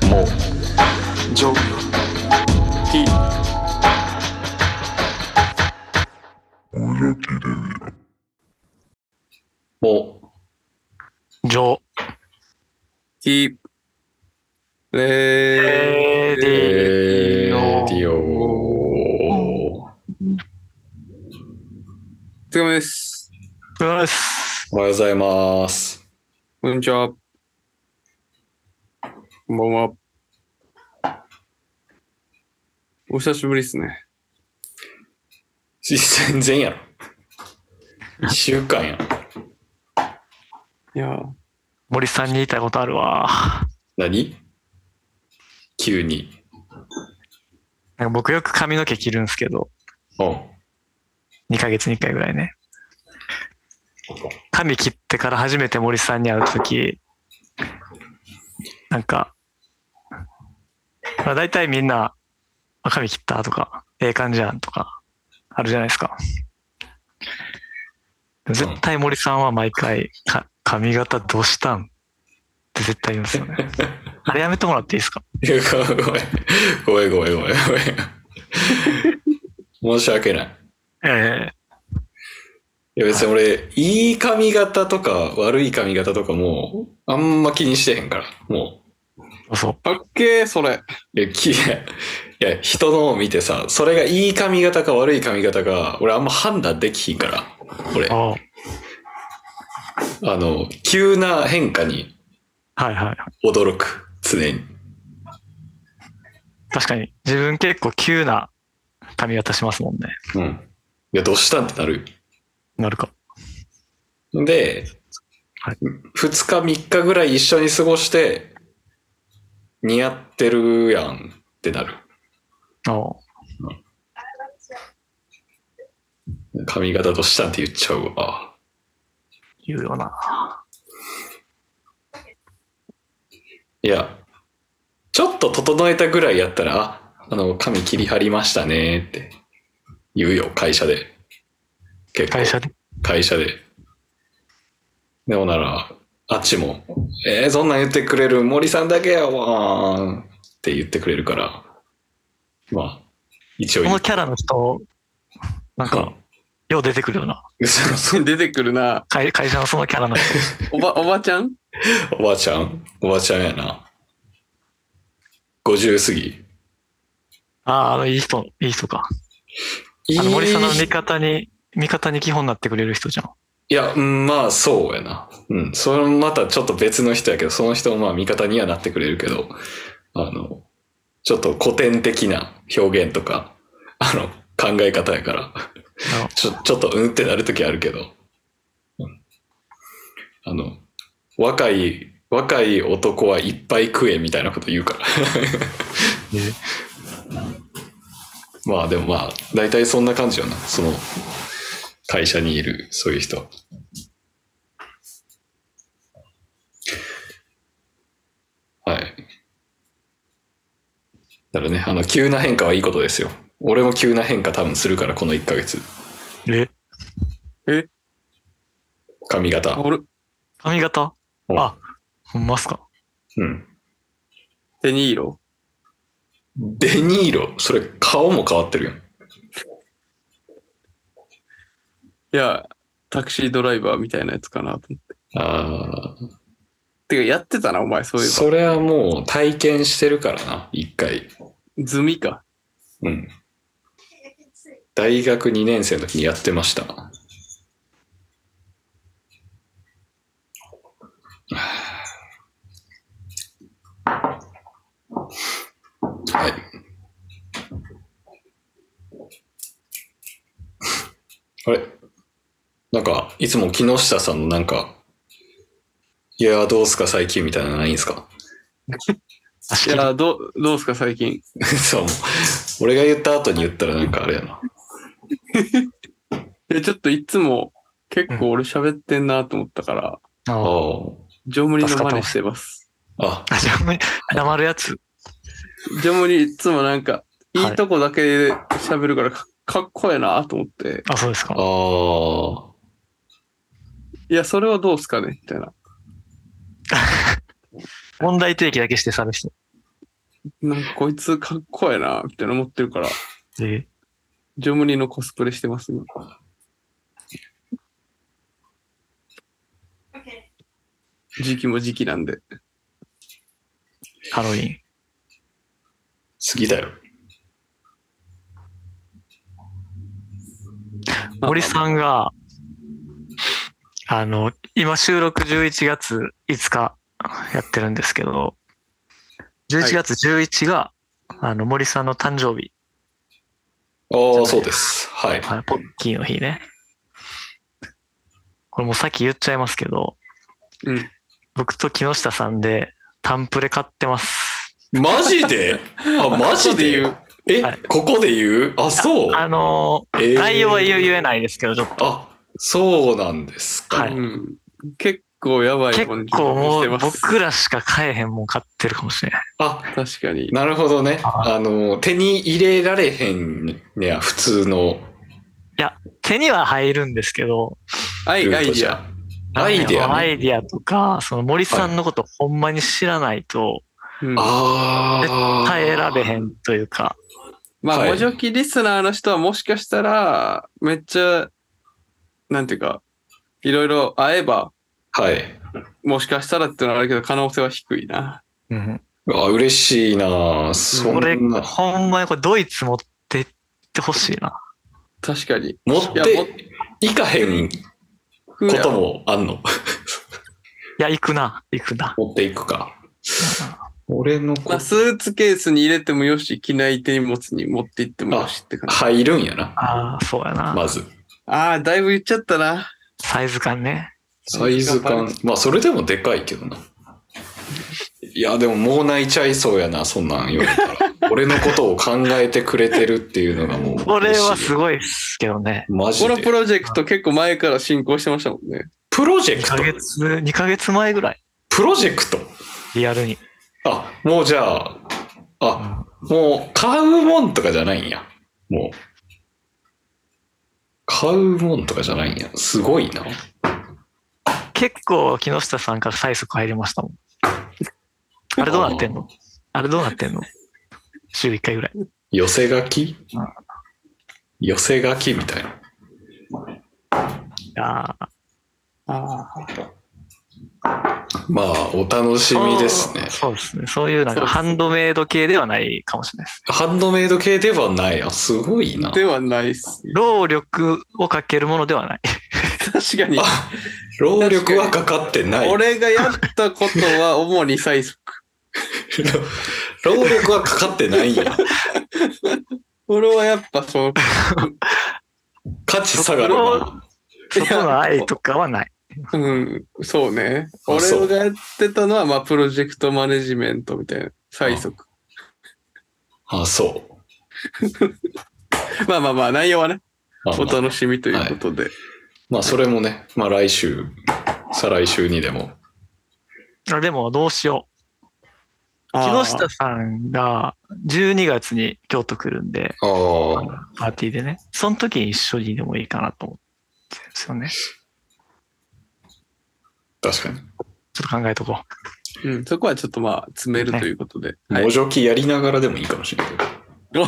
きもじょきもジョきレディえーディオお疲れ様です。オスおはようございますこんにちは。こんばんは。お久しぶりですね。し全然やろ1週間やろいやー、森さんに言いたいことあるわ。何急になんか僕よく髪の毛切るんですけど、お2ヶ月に1回ぐらいね。髪切ってから初めて森さんに会うとき、なんか、まあ、大体みんな、あ髪切ったとか、ええ感じやんとか、あるじゃないですか。でも絶対森さんは毎回、か髪型どうしたんって絶対言うんですよ ね。あれやめてもらっていいですかいやごめんごめんごめんごめんごめん申し訳ないえいや別に俺、いい髪型とか悪い髪型とかもうあんま気にしてへんから、もえそう。かっけー、それ。 う。いや、き いや人のを見てさ、それがいい髪型か悪い髪型か、俺あんま判断できひんから、俺、ああの、急な変化にあはいはい。驚く、常に。確かに。自分結構急な髪型しますもんね。うん。いや、どうしたんってなるなるか。よ。で、はい二2日3日ぐらい一緒に過ごして、似合ってるやんってなる。おう髪型どうしたんって言っちゃうわ。言うよな。いや、ちょっと整えたぐらいやったら、あ、あの、髪切り張りましたねって言うよ、会社で。結構会社で。会社で。でもなら、あっちも、えー、そんなん言ってくれる森さんだけやわーんって言ってくれるから、まあ、一応こいいのキャラの人、なんか、よう出てくるよな。嘘出てくるな。会会社のそのキャラの人。おば、おばちゃんおばあちゃんおばあちゃんやな。50過ぎ。 ああ、あの、いい人、いい人か。あの、森さんの味方に、味方に基本になってくれる人じゃん。いや、うんまあ、そうやな。うん。それもまたちょっと別の人やけど、その人もまあ味方にはなってくれるけど、あの、ちょっと古典的な表現とか、あの、考え方やから、ちょ、ちょっとうんってなるときあるけど、うんあの、若い、若い男はいっぱい食えみたいなこと言うから。 まあでもまあ、大体そんな感じよな。その、会社にいる、そういう人。はい。だからね、あの、急な変化はいいことですよ。俺も急な変化多分するから、この1ヶ月。え髪あ型。俺、髪型うんあ、ほんまっすか。うん。デニーロデニーロ、それ顔も変わってるよ。いや、タクシードライバーみたいなやつかなと思って。あてか、やってたな、お前、あ、そういえそれはもう体験してるからな、一回。ば。ズミか。うん。大学2年生の時にやってました。はあはい。あれなんか、いつも木下さんのなんか、いやーどうすか最近みたいなのないんすか 足い切りや、どう、どうすか、最近。そう、俺が言った後に言ったらなんかあれやな。いや、ちょっといつも、結構俺喋ってんなと思ったから、ああージョムリの真似してます。あ、あ、じゃあ、黙るやつ。ジョムリいつもなんか、いはいいとこだけ喋るからかかっこええなと思って、あ、そうですか。ああ。いや、それはどうすかねみたいな。問題提起だけして寂しい。なんかこいつかっこええな、みたいな思ってるから、えジョムニのコスプレしてますよ。時期も時期なんで。ハロウィン。好きだよ。森さんが、あの、今収録11月5日やってるんですけど、11月11が、あの、森さんの誕生日、ああ、そうです。はい。あポッキーの日ね。これもうさっき言っちゃいますけど、うん僕と木下さんでタンプレ買ってます。マジであ、マジで言う。え、はいここで言うあ、そう。あのー、えー内容は言え言えないですけど、ちょっと。あ、そうなんですか。はいうん、結構やばい結本構もしてうます。僕らしか買えへんもん買ってるかもしれない。あ、確かに。なるほどね。あの、手に入れられへんねや、普通の手には入るんですけど、アルイアートイじデゃア。。アイデアねアイディアとか、その森さんのことほんまに知らないとうんああ。耐えられへんというか、まあ、はい文字置きリスナーの人はもしかしたら、めっちゃ、なんていうか、いろいろ会えば、はい。もしかしたらっていうのはあるけど、可能性は低いな。あ、嬉しいなそこれ、んな。ほんまにこれドイツ持ってってほしいな。確かに。持っいやもていかへんこともあんの。いや、行くな、行くな。持っていくか。俺のまこあ、スーツケースに入れてもよし、機内手荷物に持って行ってもよしって感じ。入るんやな。ああ、そうやな。まず。ああ、だいぶ言っちゃったな。サイズ感ね。サイズ感。まあ、それでもでかいけどな。いや、でももう泣いちゃいそうやな、そんなん言われたら。俺のことを考えてくれてるっていうのがもう嬉しい。これはすごいっすけどね。マジこのでプ。ロジェクト結構前から進行してましたもんね。プロジェ2クヶト月、2ヶ月前ぐらい、プロジェクトリアルに。あ、もうじゃあ、あ、もう買うもんとかじゃないんや。もう。買うもんとかじゃないんや。すごいな。結構、木下さんから催促入りましたもん。あれどうなってんのあれどうなってんの週1回ぐらい。寄せ書きうん寄せ書きみたいな。ああ、あまあ、お楽しみですね。そうですね。そういうなんそかうですハンドメイド系ではないかもしれないです。ハンドメイド系ではない。あ、すごいなあ。ではないっす。労力をかけるものではない。確かに。あ、労力はかかってない。俺がやったことは主に催促。 労力はかかってないんや。俺はやっぱその、価値下がるな。そこの愛とかはない。うん、そうね。あ俺そうがやってたのは、まあ、プロジェクトマネジメントみたいな。催促。あ、そう。まあまあまあ、内容はね、あおまあ楽しみということで。まあ、それもね、まあ来週、再来週にでも。あでもどうしよう。木あー下さんが12月に京都来るんで、ああ。パーティーでね。その時に一緒にでもいいかなと思ってるんですよね。確かに。ちょっと考えとこうん、そこはちょっとまあ、詰めるということで。はい 文字置きやりながらでもいいかもしれないけど。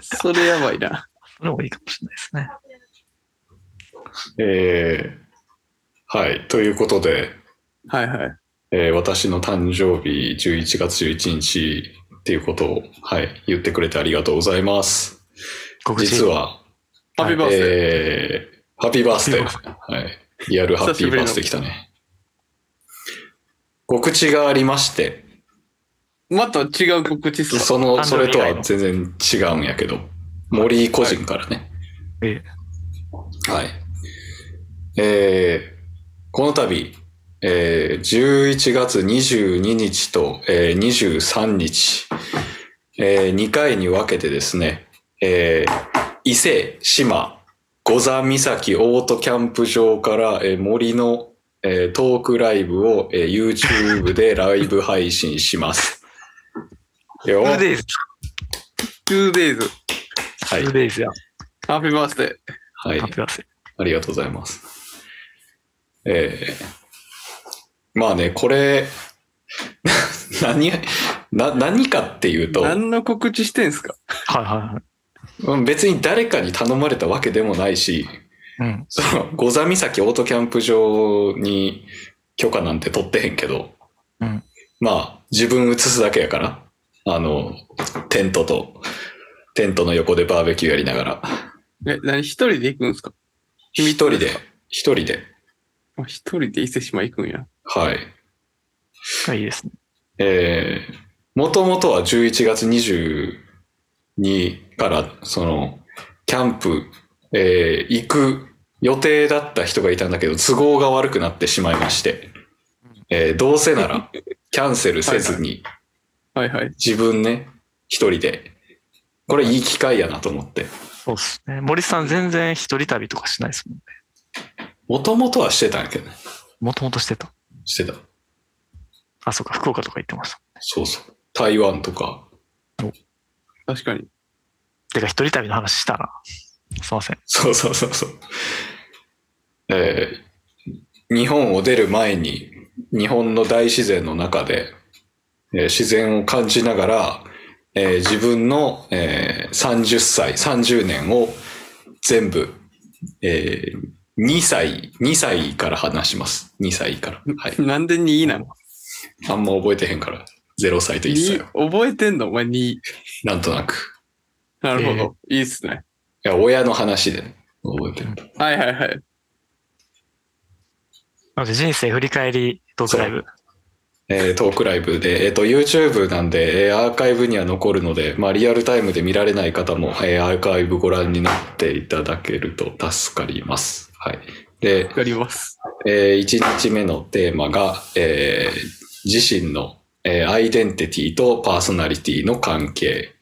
それやばいな。う。それもいいかもしれないですね。えーはい。ということで、はいはい。えー私の誕生日11月11日っていうことを、はい、言ってくれてありがとうございます。告知。実は、ハッピーバースデー。えーハッピーバースデー。はい。リアルハッピーバースデー来たね。告知がありまして、また違う告知っすかその、誕生日それと以外はの全然違うんやけど、森個人からね、えはい。えーこの度、えー11月22日と、えー23日、え2回に分けてですね、えー伊勢、島、五座岬オートキャンプ場から、えー森の、えートークライブを、えー YouTube でライブ配信します。トゥよーはデイズ。 ?2days。トいゥー。デイズや。ハッピーバースデー。はいハッ。ピーバースデーありがとうございます。えーまあね、これ、 何、な、何かっていうと、何の告知してんすかはいはいはい。うん別に誰かに頼まれたわけでもないし、うん。その、五座岬オートキャンプ場に許可なんて取ってへんけど、うんまあ、自分映すだけやから、あの、テントと、テントの横でバーベキューやりながら、え、何一人で行くんすか一人で、一人で、あ一人で伊勢島行くんや。はい。いいですね。えー、もともとは11月22から、その、キャンプ、えー行く予定だった人がいたんだけど、都合が悪くなってしまいまして、えーどうせな ら、キャンセルせずに、はいはい。自分ね、一人で、これいい機会やなと思って。そうっすね。森さん全然一人旅とかしないですもんね。もともとはしてたんやけどね。もともとしてた。してた。あ、そうか、福岡とか行ってました。そうそう。台湾とか、確かに。てか、一人旅の話したな。すいません。そうそうそうそう。えー日本を出る前に、日本の大自然の中で、えー自然を感じながら、えー自分の、えー30歳、30年を全部、えー2歳、2歳から話します。2歳から。はい。なんで2位なのあんま覚えてへんから、0歳と1歳 ?2 は。覚えてんのお前2位。なんとなく。なるほど。いいっすね。いや、親の話でね、覚えてる。はいはいはい。なので、人生振り返りトークライブ。えートークライブで、えっ、と、YouTube なんで、えーアーカイブには残るので、まあ、リアルタイムで見られない方も、えーアーカイブご覧になっていただけると助かります。はい。でわ、かります。え1日目のテーマが、えー自身の、えーアイデンティティとパーソナリティの関係。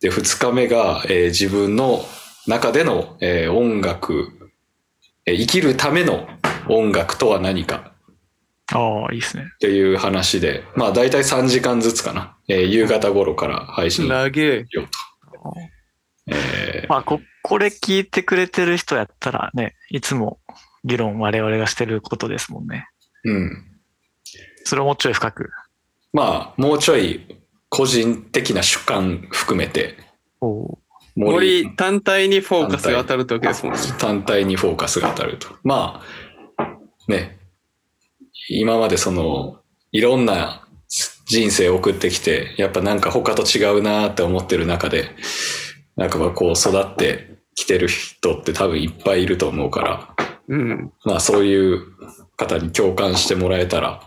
で、2日目が、えー自分の中での、えー音楽、えー生きるための音楽とは何か。ああ、いいですねっ。ていう話で、まあ大体3時間ずつかな。えー夕方頃から配信。長え。えまあ、こ、これ聞いてくれてる人やったらね、いつも議論我々がしてることですもんね。ーうん。それをもうちょい深く。まあもうちょい個人的な主観含めて、お森単体にフォーカスが当たるってわけですもんね。単体にフォーカスが当たると。まあ、ね。今までその、いろんな人生を送ってきて、やっぱなんか他と違うなーって思ってる中で、なんかこう育ってきてる人って多分いっぱいいると思うから、うん。まあそういう方に共感してもらえたら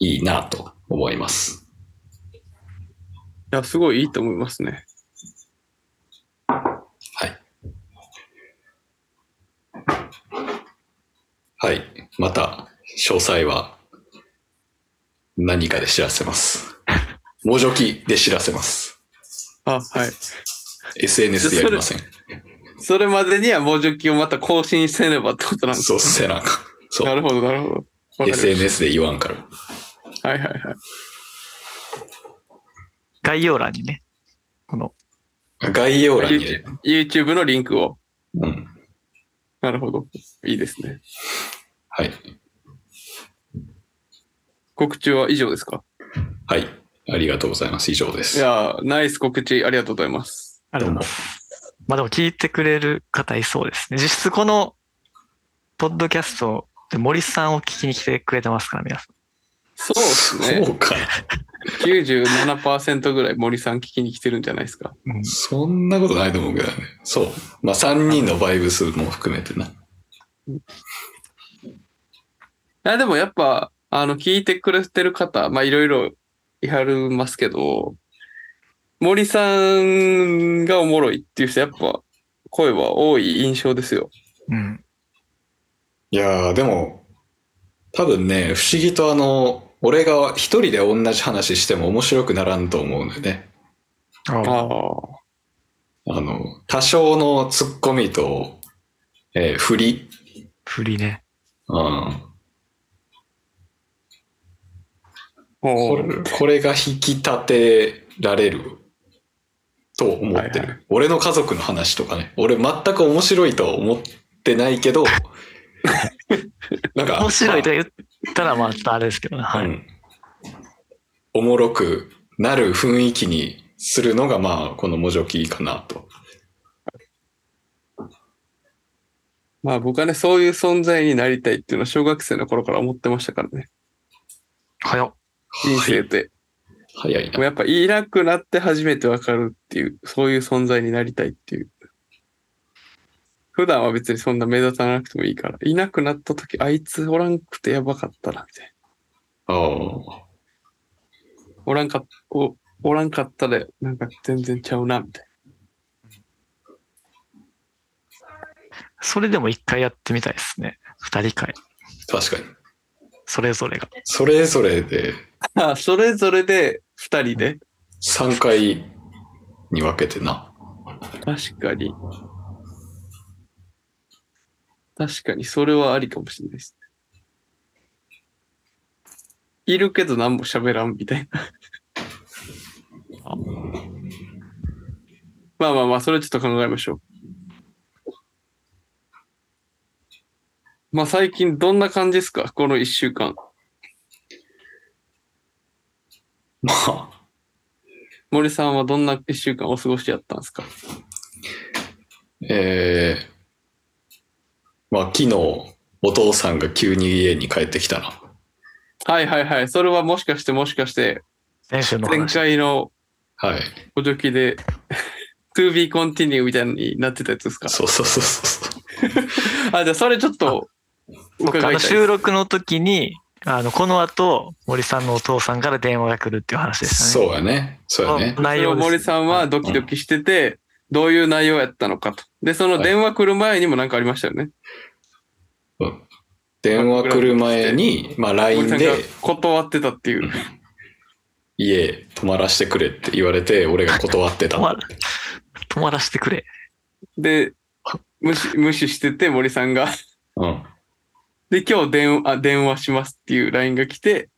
いいなと思います。いや、すごいいいと思いますね。はい。はい。また、詳細は何かで知らせ ます。文書記で知らせます。あ、はい。 SNS でやりま せん。それまでにはもう除菌をまた更新せねばってことなんですそう、背中。そなう。るほど、なるほど。わかりました SNS で言わんから。はいはいはい。概要欄にね、この、概要欄に、ね YouTube YouTube のリンクを。うん。なるほど。いいですね。はい。告知は以上ですかはい。ありがとうございます。以上でいす。やー、ナイス告知ありがとうございます。ありがとうございます。まあでも聞いてくれる方いそうですね。実質この、ポッドキャストで森さんを聞きに来てくれてますから、皆さん。そうですね。そうか。 97%ぐらい森さん聞きに来てるんじゃないですか。そんなことないと思うけどね。そう。まあ、3人のバイブスも含めてな。いや、でもやっぱ、あの、聞いてくれてる方、まあ、いろいろいはるますけど、森さんがおもろいっていう人、やっぱ、声は多い印象ですよ。うん。いやー、でも、多分ね、不思議とあの、俺が一人で同じ話しても面白くならんと思うんだよね。ああああ。あの、多少のツッコミと、えー振り。振りね。うん。こおれーこれが引き立てられると思ってる、はいは俺の家族の話とかね俺全く面白いとは思ってないけどなんか面白いとま言っったらまあ、ちょっとあれですけどね。はうい。んおもろくなる雰囲気にするのが、まあ、このモジョキかなと。まあ僕はね、そういう存在になりたいっていうのは小学生の頃から思ってましたからね。早っ。人生って。早いもうな。やっぱいなくなって初めてわかるっていう、そういう存在になりたいっていう。普段は別にそんな目立たなくてもいいから、いなくなった時、あいつおらんくてやばかったな、みたいああ。な。おらんかっお、おらんかったで、なんか全然ちゃうな、みたいそれでも一回やってみたいですね。二人会。確かに。それぞれが。それぞれでな。 あ、それぞれで、二人で。 3回に分けてな。確かに。確かに、それはありかもしれないですね。いるけど何も喋らんみたいな。まあまあまあ、それちょっと考えましょう。まあ最近どんな感じですかこの一週間。まあ、森さんはどんな一週間お過ごしやったんですかええまあ、昨日、お父さんが急に家に帰ってきたな。はいはいはい。それはもしかしてもしかして、先週の前話。回のはい。補助機で、to be continue みたいになってたやつですかそうそうそうそう。あ、じゃあそれちょっと伺僕いたあいのです。収録の時に、あの、この後、森さんのお父さんから電話が来るっていう話でしたね。そうやね。そうやねあ。内容それを森さんはドキドキしてて、どういう内容やったのかと。で、その電話来る前にも何かありましたよね。うん電話来る前に、まあ、森 LINE さんがで断ってたっていう。家泊まらしてくれって言われて、俺が断って た止。まら、止まらせてくれ。で、無視、無視してて森さんが。うん。で、今日電話、あ電話しますっていう LINE が来て、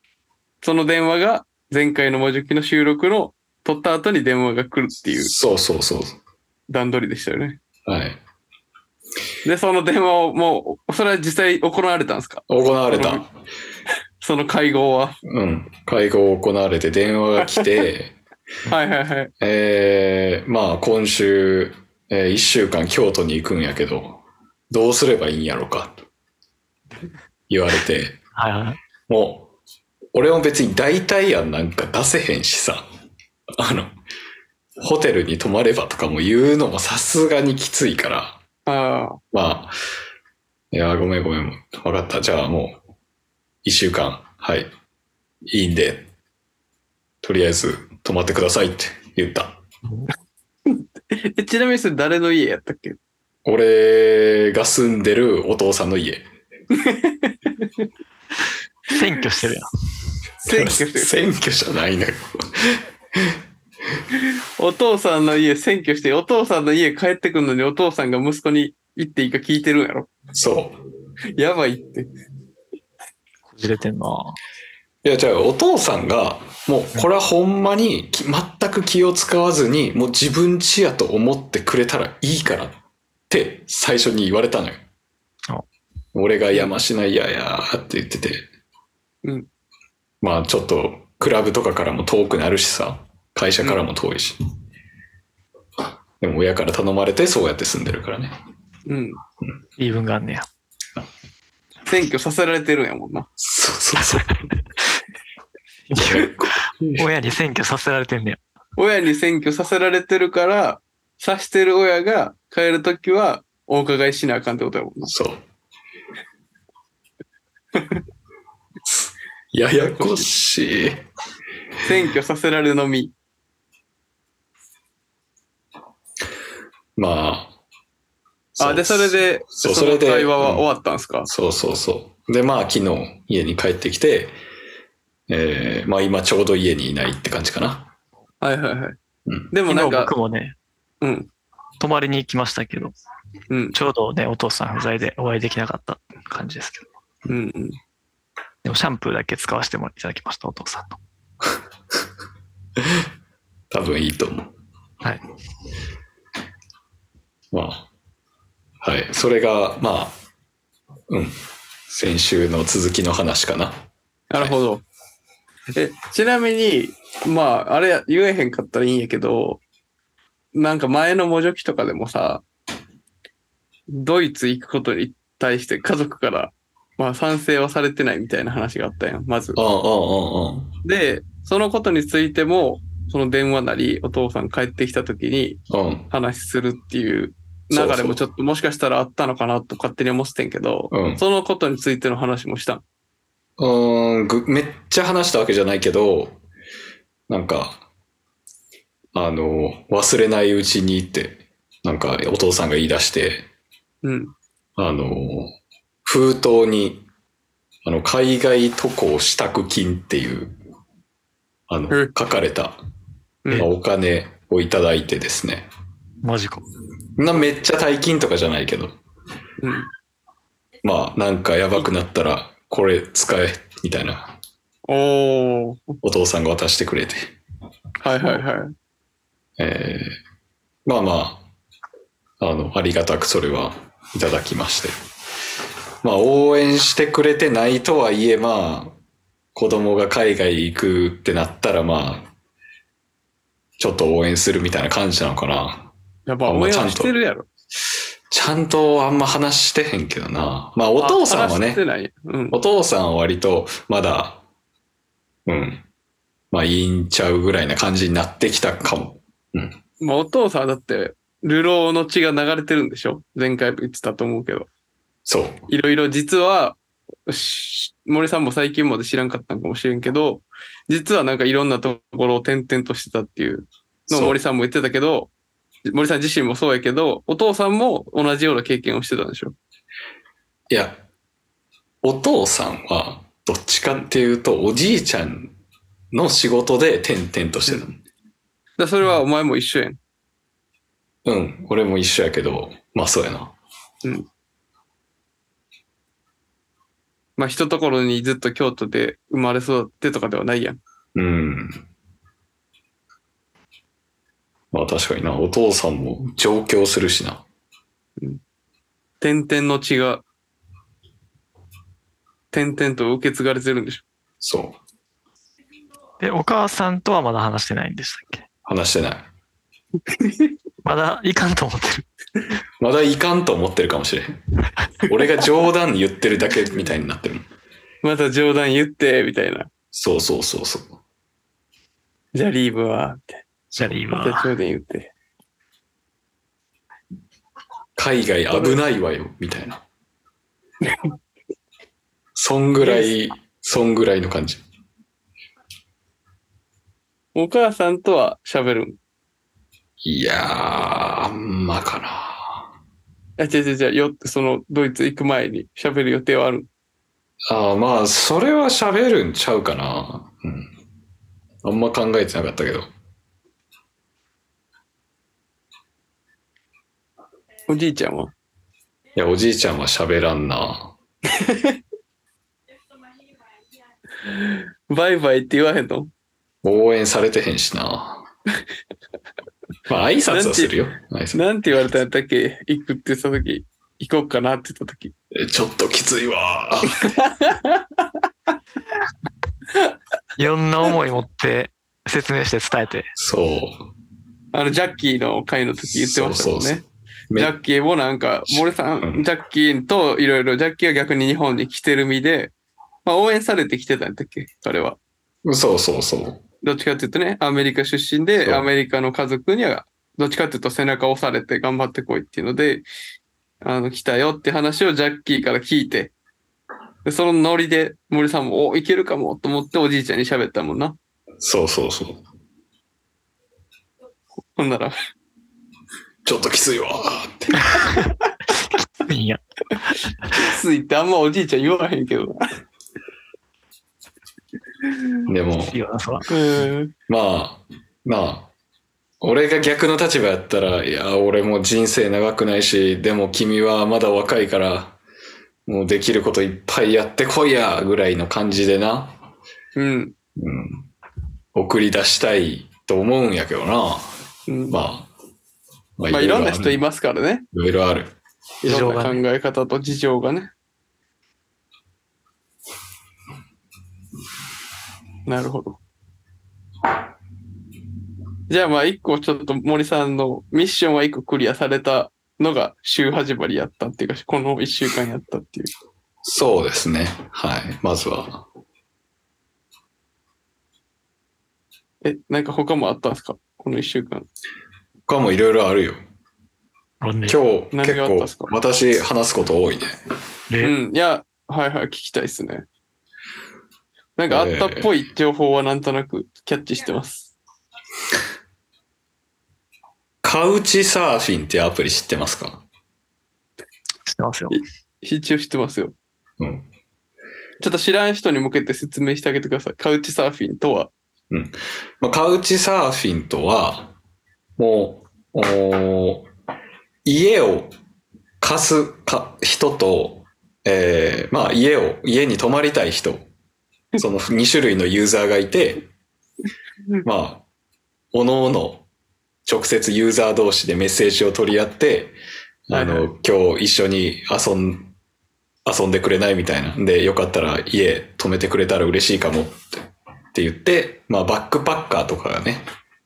その電話が前回の魔女機の収録の撮った後に電話が来るっていうそうそうそう。段取りでしたよね。はい。で、その電話をもう、それは実際行われたんですか行われうんた。その会合は。うん。会合行われて電話が来て、 はいはいはい。えー、まあ今週、え1週間京都に行くんやけど、どうすればいいんやろか、と言われて、はいはい。もう、俺も別に代替案なんか出せへんしさ、あの、ホテルに泊まればとかも言うのもさすがにきついから、あまあ、いや、ごめんごめん。わかった。じゃあもう、一週間、はい、いいんで、とりあえず泊まってくださいって言った。あ。えちなみにそれ誰の家やったっけ俺が住んでるお父さんの家。選挙してるやん。選挙してる。 選挙じゃないな。お父さんの家選挙して、お父さんの家帰ってくるのにお父さんが息子に行っていいか聞いてるんやろ。そう。やばいって。こじれてんな。いや、じゃあお父さんが、もうこれはほんまにき全く気を使わずに、もう自分ちやと思ってくれたらいいからって最初に言われたのよあ。俺がやましないややーって言ってて。うん。まあちょっとクラブとかからも遠くなるしさ、会社からも遠いし。でも親から頼まれてそうやって住んでるからね。うん。言い分があんね や。選挙させられてるんやもんな。そう そうそう。親に選挙させられてんねや。親に選挙させられてるから、さしてる親が帰るときはお伺いしなあかんってことやも んな。そう。ややこしい。選挙させられるのみ。まあ。あ、で、それで、そそうそれので会話はうん終わったんですか、そうそうそう。で、まあ、昨日家に帰ってきて、えー、まあ今ちょうど家にいないって感じかな。はいはいはい。うんで昨もな日んか、僕もね、うん、泊まりに行きましたけど、うん、ちょうどね、お父さん不在でお会いできなかった感じですけど。うん、うん。でもシャンプーだけ使わせてもいただきました、お父さんの。多分いいと思う。はい。まあ。はい。それが、まあ、うん。先週の続きの話かな。なるほど。え、ちなみに、まあ、あれ言えへんかったらいいんやけど、なんか前のもじょきとかでもさ、ドイツ行くことに対して家族から、まあ賛成はされてないみたいな話があったやん、まずう。んうんうんうん。で、そのことについても、その電話なり、お父さん帰ってきた時にうん話するっていう流れもちょっともしかしたらあったのかなと勝手に思ってんけど、うんそのことについての話もしたん。うーんぐめっちゃ話したわけじゃないけど、なんか、あの、忘れないうちにって、なんかお父さんが言い出して、うん。あの、封筒に、あの、海外渡航支度金っていう、あの、え書かれた、うんまあお金をいただいてですね。マジか。な、めっちゃ大金とかじゃないけど、うん。まあ、なんかやばくなったら、これ使え、みたいな、おー。お父さんが渡してくれて。はいはいはい。えーまあまあ、あの、ありがたくそれはいただきまして。まあ、応援してくれてないとはいえ、まあ、子供が海外行くってなったら、まあ、ちょっと応援するみたいな感じなのかな。やっぱあま応あ援ちゃんはとしてるやろ。ちゃんとあんま話してへんけどな。まあ、お父さんはあ話してね、ない。うん。お父さんは割とまだ、うん、まあ、いいんちゃうぐらいな感じになってきたかも。まあお父さんはだって、流浪の血が流れてるんでしょ前回言ってたと思うけど。そう。いろいろ実は、し森さんも最近まで知らんかったんかもしれんけど、実はなんかいろんなところを転々としてたっていうそのをう森さんも言ってたけど、森さん自身もそうやけど、お父さんも同じような経験をしてたんでしょいや、お父さんは、どっちかっていうと、おじいちゃんの仕事で転々としてたの。だからそれはお前も一緒やん。うん、俺も一緒やけど、まあそうやな。まあ一ところにずっと京都で生まれ育ってとかではないやん。うん。まあ確かにな、お父さんも上京するしな。点々の血が、点々と受け継がれてるんでしょ。そう。で、お母さんとはまだ話してないんでしたっけ話してない。まだいかんと思ってる。まだいかんと思ってるかもしれん。俺が冗談言ってるだけみたいになってるもん。また冗談言って、みたいな。そうそうそうそう。じゃあリーブは、みたい じゃあ今な。また冗談言って。海外危ないわよ、みたいな。そんぐらい、そんぐらいの感じ。お母さんとは喋るん。いやー、あんまかな。あ、違う違う違う、よ、その、ドイツ行く前に喋る予定はある。あーまあ、それは喋るんちゃうかな。うん。あんま考えてなかったけど。おじいちゃんはいや、おじいちゃんは喋らんな。バイバイって言わへんの応援されてへんしな。まあ、挨拶はするよ。挨拶なんて言われたんやったっけ行くって言った時、行こうかなって言った時。えちょっときついわ。 いろんな思い持って説明して伝えて。そう。あの、ジャッキーの回の時言ってましたもんね。そうそうめジャッキーもなんか、森さうんん、ジャッキーといろいろ、ジャッキーは逆に日本に来てる身で、まあ応援されてきてたんだっけ彼は。そうそうそう。どっちかっていうとね、アメリカ出身そうで、アメリカの家族には、どっちかっていうと背中を押されて頑張ってこいっていうので、あの、来たよって話をジャッキーから聞いて、でそのノリで森さんも、お、いけるかもと思っておじいちゃんに喋ったもんな。そうそうそう。ほんなら、 ちょっときついわーって。いや、ついってあんまおじいちゃん言わへんけど。でも、いいよな、そら。うん。まあ、まあ、俺が逆の立場やったら、いや、俺も人生長くないし、でも君はまだ若いから、もうできることいっぱいやってこいや、ぐらいの感じでな、うん。うん、送り出したいと思うんやけどな。うんままあ、まあいろんな人いいますからね。ろいろある。い事ろ情んがな考ね。え方と事情がね。なるほど。じゃあまあ一個ちょっと森さんのミッションは一個クリアされたのが週始まりやったっていうか、この一週間やったっていう。そうですね。はい。まずは。え、なんか他もあったんですかこの一週間。他もいろいろあるよ。今今日何結があったんです構か私話すこと多いね。うえん。いや、はいはい、聞きたいですね。なんかあったっぽい情報はなんとなくキャッチしてます。カウチサーフィンっていうアプリ知ってますかしてますよ。一応知ってますよ。うん。ちょっと知らん人に向けて説明してあげてください。カウチサーフィンとは。まあ、カウチサーフィンとは、もう、おー家を貸すか人と、えーまあ家を、家に泊まりたい人、その2種類のユーザーがいて、まあ、おのおの直接ユーザー同士でメッセージを取り合って、あはいの、今日一緒に遊ん、遊んでくれないみたいなんで、よかったら家泊めてくれたら嬉しいかもってって言って、まあ、バックパッカーとかがね、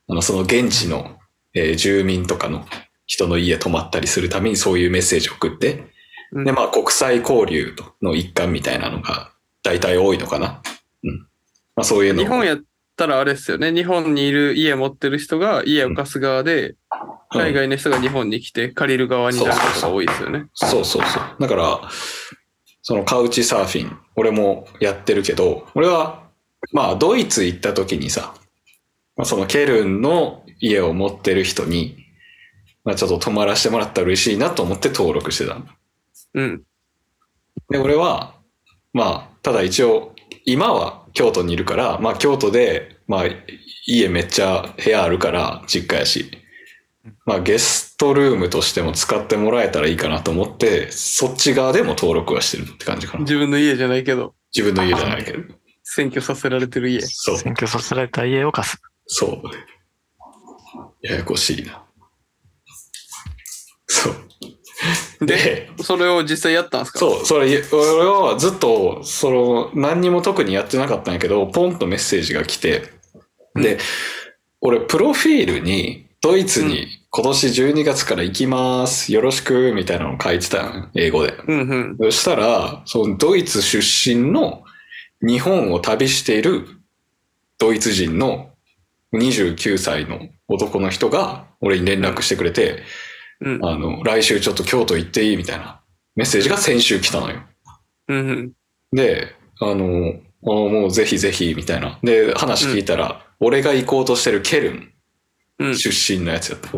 あのその現地の、えー住民とかの人の家泊まったりするためにそういうメッセージを送って、うんで、まあ、国際交流の一環みたいなのが大体多いのかな。うん。まあ、そういうのを日本やったらあれですよね。日本にいる家持ってる人が家を貸す側で、う海ん外の人が日本に来て借りる側になることが多いですよね。そうそうそう。だから、そのカウチサーフィン、俺もやってるけど、俺は、まあ、ドイツ行った時にさ、まあ、そのケルンの家を持ってる人に、まあ、ちょっと泊まらせてもらったら嬉しいなと思って登録してたのうん。で、俺は、まあ、ただ一応、今は京都にいるから、まあ、京都で、まあ、家めっちゃ部屋あるから、実家やし、まあ、ゲストルームとしても使ってもらえたらいいかなと思って、そっち側でも登録はしてるって感じかな。自分の家じゃないけど、自分の家じゃないけど。選挙させられてる家。そう、選挙させられた家を貸す。そう。ややこしいな。そう。で、で、それを実際やったんですかそう、それ、俺はずっと、その、何にも特にやってなかったんやけど、ポンとメッセージが来て、で、俺、プロフィールに、ドイツうに今年12月から行きます、よろしく、みたいなのを書いてたん英語で。う。うんうそん。したら、そのドイツ出身の日本を旅しているドイツ人の29歳の男の人が俺に連絡してくれて、うん。あの、来週ちょっと京都行っていいみたいなメッセージが先週来たのよ。うんうん。で、あの、あもうぜひぜひみたいな。で、話聞いたら、俺が行こうとしてるケルンうん。出身のやつやった。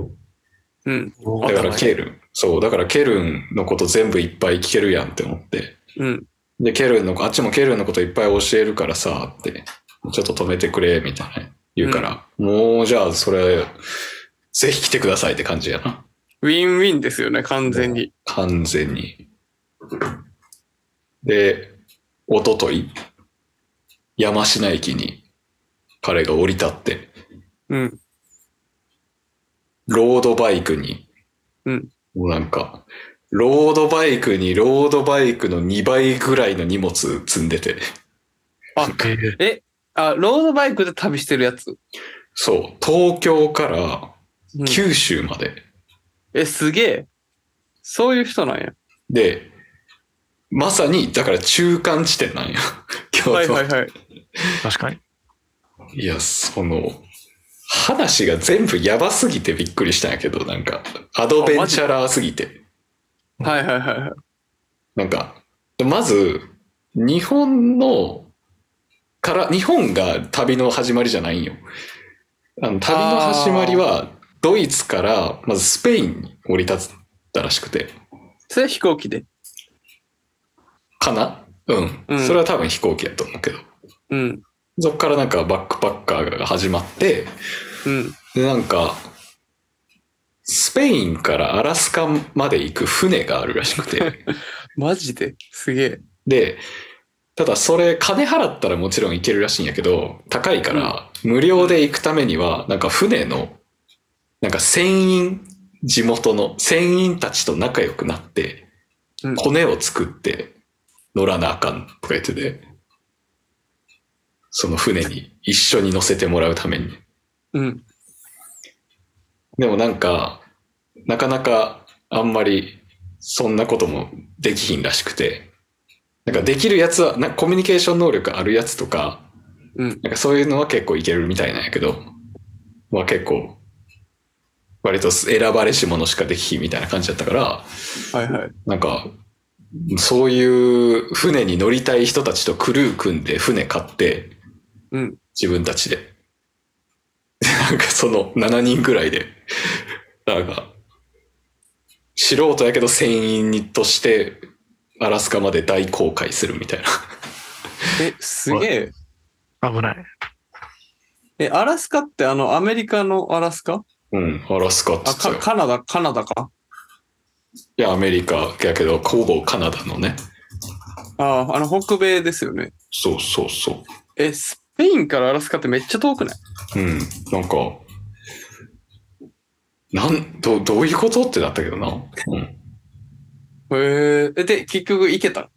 うん。だから経ケルン。そう、だからケルンのこと全部いっぱい聞けるやんって思って。うん。で、ケルンのこ、あっちもケルンのこといっぱい教えるからさ、って、ちょっと止めてくれ、みたいな言うから、もうじゃあそれ、ぜひ来てくださいって感じやな。ウィンウィンですよね、完全に。完全に。で、おととい、山科駅に彼が降り立って、うん。ロードバイクに、うんもうなんか、ロードバイクにロードバイクの2倍ぐらいの荷物積んでて、ええ、あ、ロードバイクで旅してるやつ。そう、東京からうん九州まで、え、すげえ。そういう人なんや。で、まさに、だから中間地点なんや。京都。はいいはいはい。確かに。や、その、話が全部やばすぎてびっくりしたんやけど、なんか、アドベンチャラーすぎて。はいはいはいはい。なんか、まず、日本の、から、日本が旅の始まりじゃないんよ。あの旅の始まりは、ドイツから、まずスペインに降り立ったらしくて。それ飛行機で。かなうん。うんそれは多分飛行機やと思うけど。うん。そこからなんかバックパッカーが始まって、うん。で、なんか、スペインからアラスカまで行く船があるらしくて。マジですげえ。で、ただそれ金払ったらもちろん行けるらしいんやけど、高いから、無料で行くためには、なんか船の、なんか船員、地元の船員たちと仲良くなって、うんコネを作って乗らなあかんとか言ってて。その船に一緒に乗せてもらうために。うん。でもなんか、なかなかあんまりそんなこともできひんらしくて、なんかできるやつは、なんかコミュニケーション能力あるやつとか、うん。なんかそういうのは結構いけるみたいなんやけど、まあ結構、割と選ばれし者しかできひんみたいな感じだったから、はいはい。なんか、そういう船に乗りたい人たちとクルー組んで船買って、うん。自分たちで。でなんかその7人ぐらいで、なんか、素人やけど船員にとして、アラスカまで大航海するみたいな。え、すげえ。危ない。え、アラスカってあの、アメリカのアラスカうん、アラスカって言あ、ってたかよ。カナダ、カナダか。いや、アメリカやけど、ほぼカナダのね。ああ、あの、北米ですよね。そうそうそ。え、スペインからアラスカってめっちゃ遠くないううん、なんか、なん、ど、どういうことってなったけどな。うん。へえ。で、結局行けた。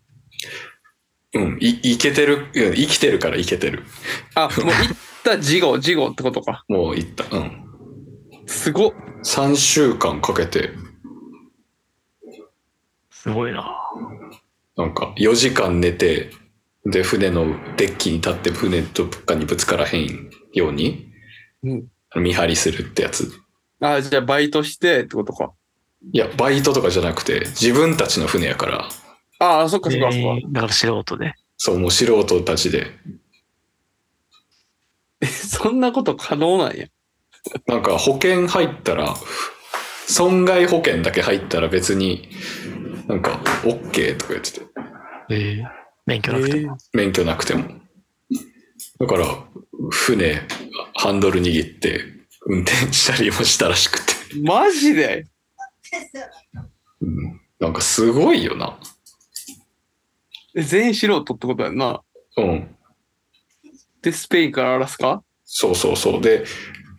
うん、い、いけてる、うん生きてるからいけてる。 あ、もう行った事後、事後ってことか。もう行った。うん。すごっ。 3週間かけて、すごいな。なんか4時間寝て、で、船のデッキに立って船と物価にぶつからへんようにうん。見張りするってやつ。あ、じゃあバイトしてってことか。いや、バイトとかじゃなくて、自分たちの船やから、ああ、そっかそっかそっか。だから素人で。そう、もう素人たちで、え、 そんなこと可能なんや。なんか保険入ったら、損害保険だけ入ったら別に、なんか、OK とか言ってて、ええ免許なくても。免許なくても。だから、船、ハンドル握って、運転したりもしたらしくて。マジでうんなんかすごいよな。え全員素人ってことやんな。うん。で、スペインからアラスカそうそうそう。で、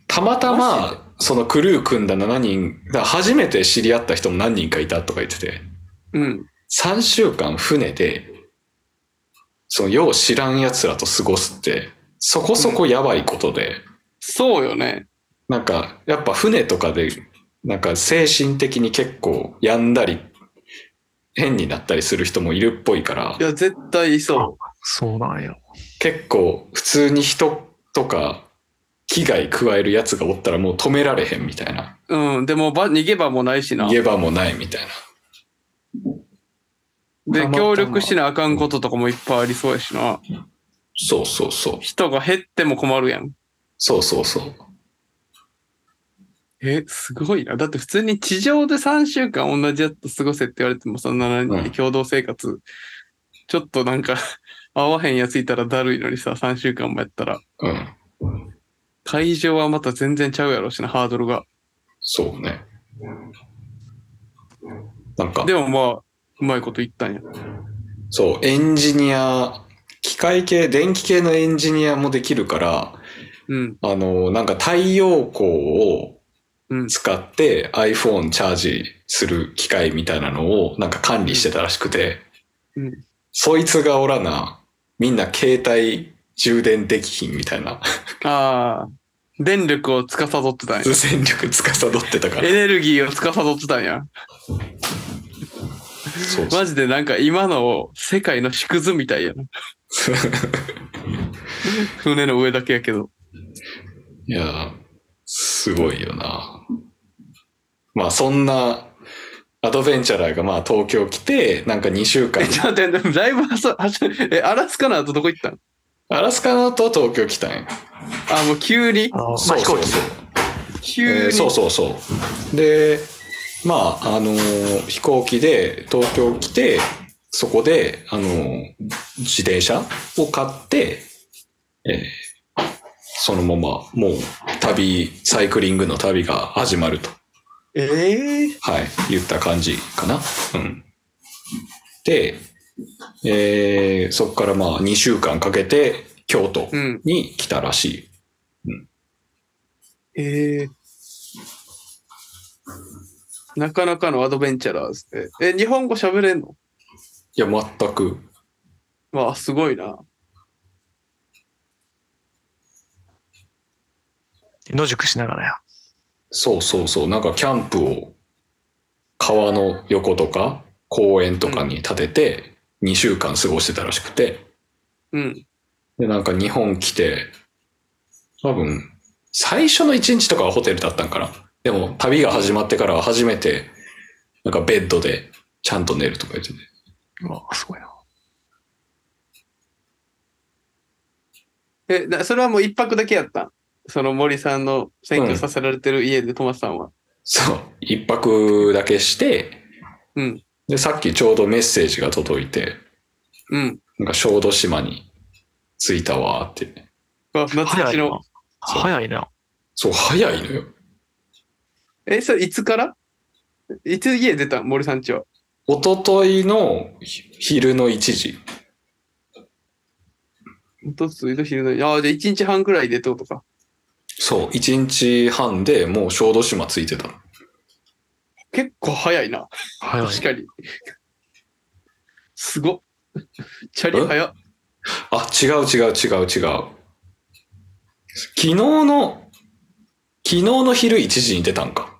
たまたマジま、そのクルー組んだ7人、だから初めて知り合った人も何人かいたとか言ってて、うん。 3週間船で、そのよう知らん奴らと過ごすって、そこそこやばいことで、そうよね。なんか、やっぱ船とかで、なんか精神的に結構病んだり、変になったりする人もいるっぽいからい、や、絶対いそそうなんや。結構普通に人とか危害加えるやつがおったらもう止められへんみたいなう。うん。でも、ば逃げ場もないしな。逃げ場もないみたいなたまで、たま協力しなあかんこととかもいっぱいありそうやしな。そうそうそう人が減っても困るやん。そうそうそうえ、すごいな。だって普通に地上で3週間同じやつと過ごせって言われても、そんな7人で共同生活、ちょっとなんか、 合わへんやついたらだるいのにさ、3週間もやったら。うん会場はまた全然ちゃうやろうしな、ハードルが。そうねなんかでもまあ、うまいこと言ったんや。そうエンジニア機械系電気系のエンジニアもできるからうん、あのなんか太陽光をうん。使って iPhone チャージする機械みたいなのをなんか管理してたらしくて、うんそいつがおらな、みんな携帯充電できひんみたいな、ああ、電力を司ってたんや。 戦力司ってたかエら。ネルギーを司ってたんや。そうマジでなんか今の世界の縮図みたいやな。そう船の上だけやけど。 いやー、すごいよな。まあそんなアドベンチャラーがまあ東京来て、なんか2週間え、、ちょっと待って、だいぶはさ、はしえ、アラスカの後どこ行ったんアラスカの後東京来たんや。あ、もう急にあ、まあ、そう飛そ行う機。そう。急に。えーそうそうそう。で、まあ、あのー飛行機で東京来て、そこで、あのー自転車を買って、えーそのまま、もう、旅、サイクリングの旅が始まると。ええはい、言った感じかな。うん。で、えーそこからまあ、2週間かけて、京都うん。に来たらしい。ええなかなかのアドベンチャラーですね。え、日本語喋れんのいや、全くわあ、すごいな。野宿しながらや。そうそうそう。なんかキャンプを川の横とか公園とかに建てて2週間過ごしてたらしくて。うん。で、なんか日本来て、多分、最初の1日とかはホテルだったんかな。でも、旅が始まってからは初めて、なんかベッドでちゃんと寝るとか言ってね。うわ、すごいな。え、だそれはもう一泊だけやったんその森さんの選挙させられてる家で泊まってたんは。そう、一泊だけして、うん。で、さっきちょうどメッセージが届いて、うん。なんか小豆島に着いたわーって。あ懐か早しいのな。。早いな。そう、早いのよ。え、それいつからいつ家出たん森さんちは。一昨日のひ昼の1時。おとついと昼の。ああ、じゃあ1日半くらいでってことか。そう、1日半でもう小豆島着いてたの。結構早いな。早い。確かに。すごっ。チャリ早っ。あ、違う違う違う違う。昨日の、昨日の昼1時に出たんか。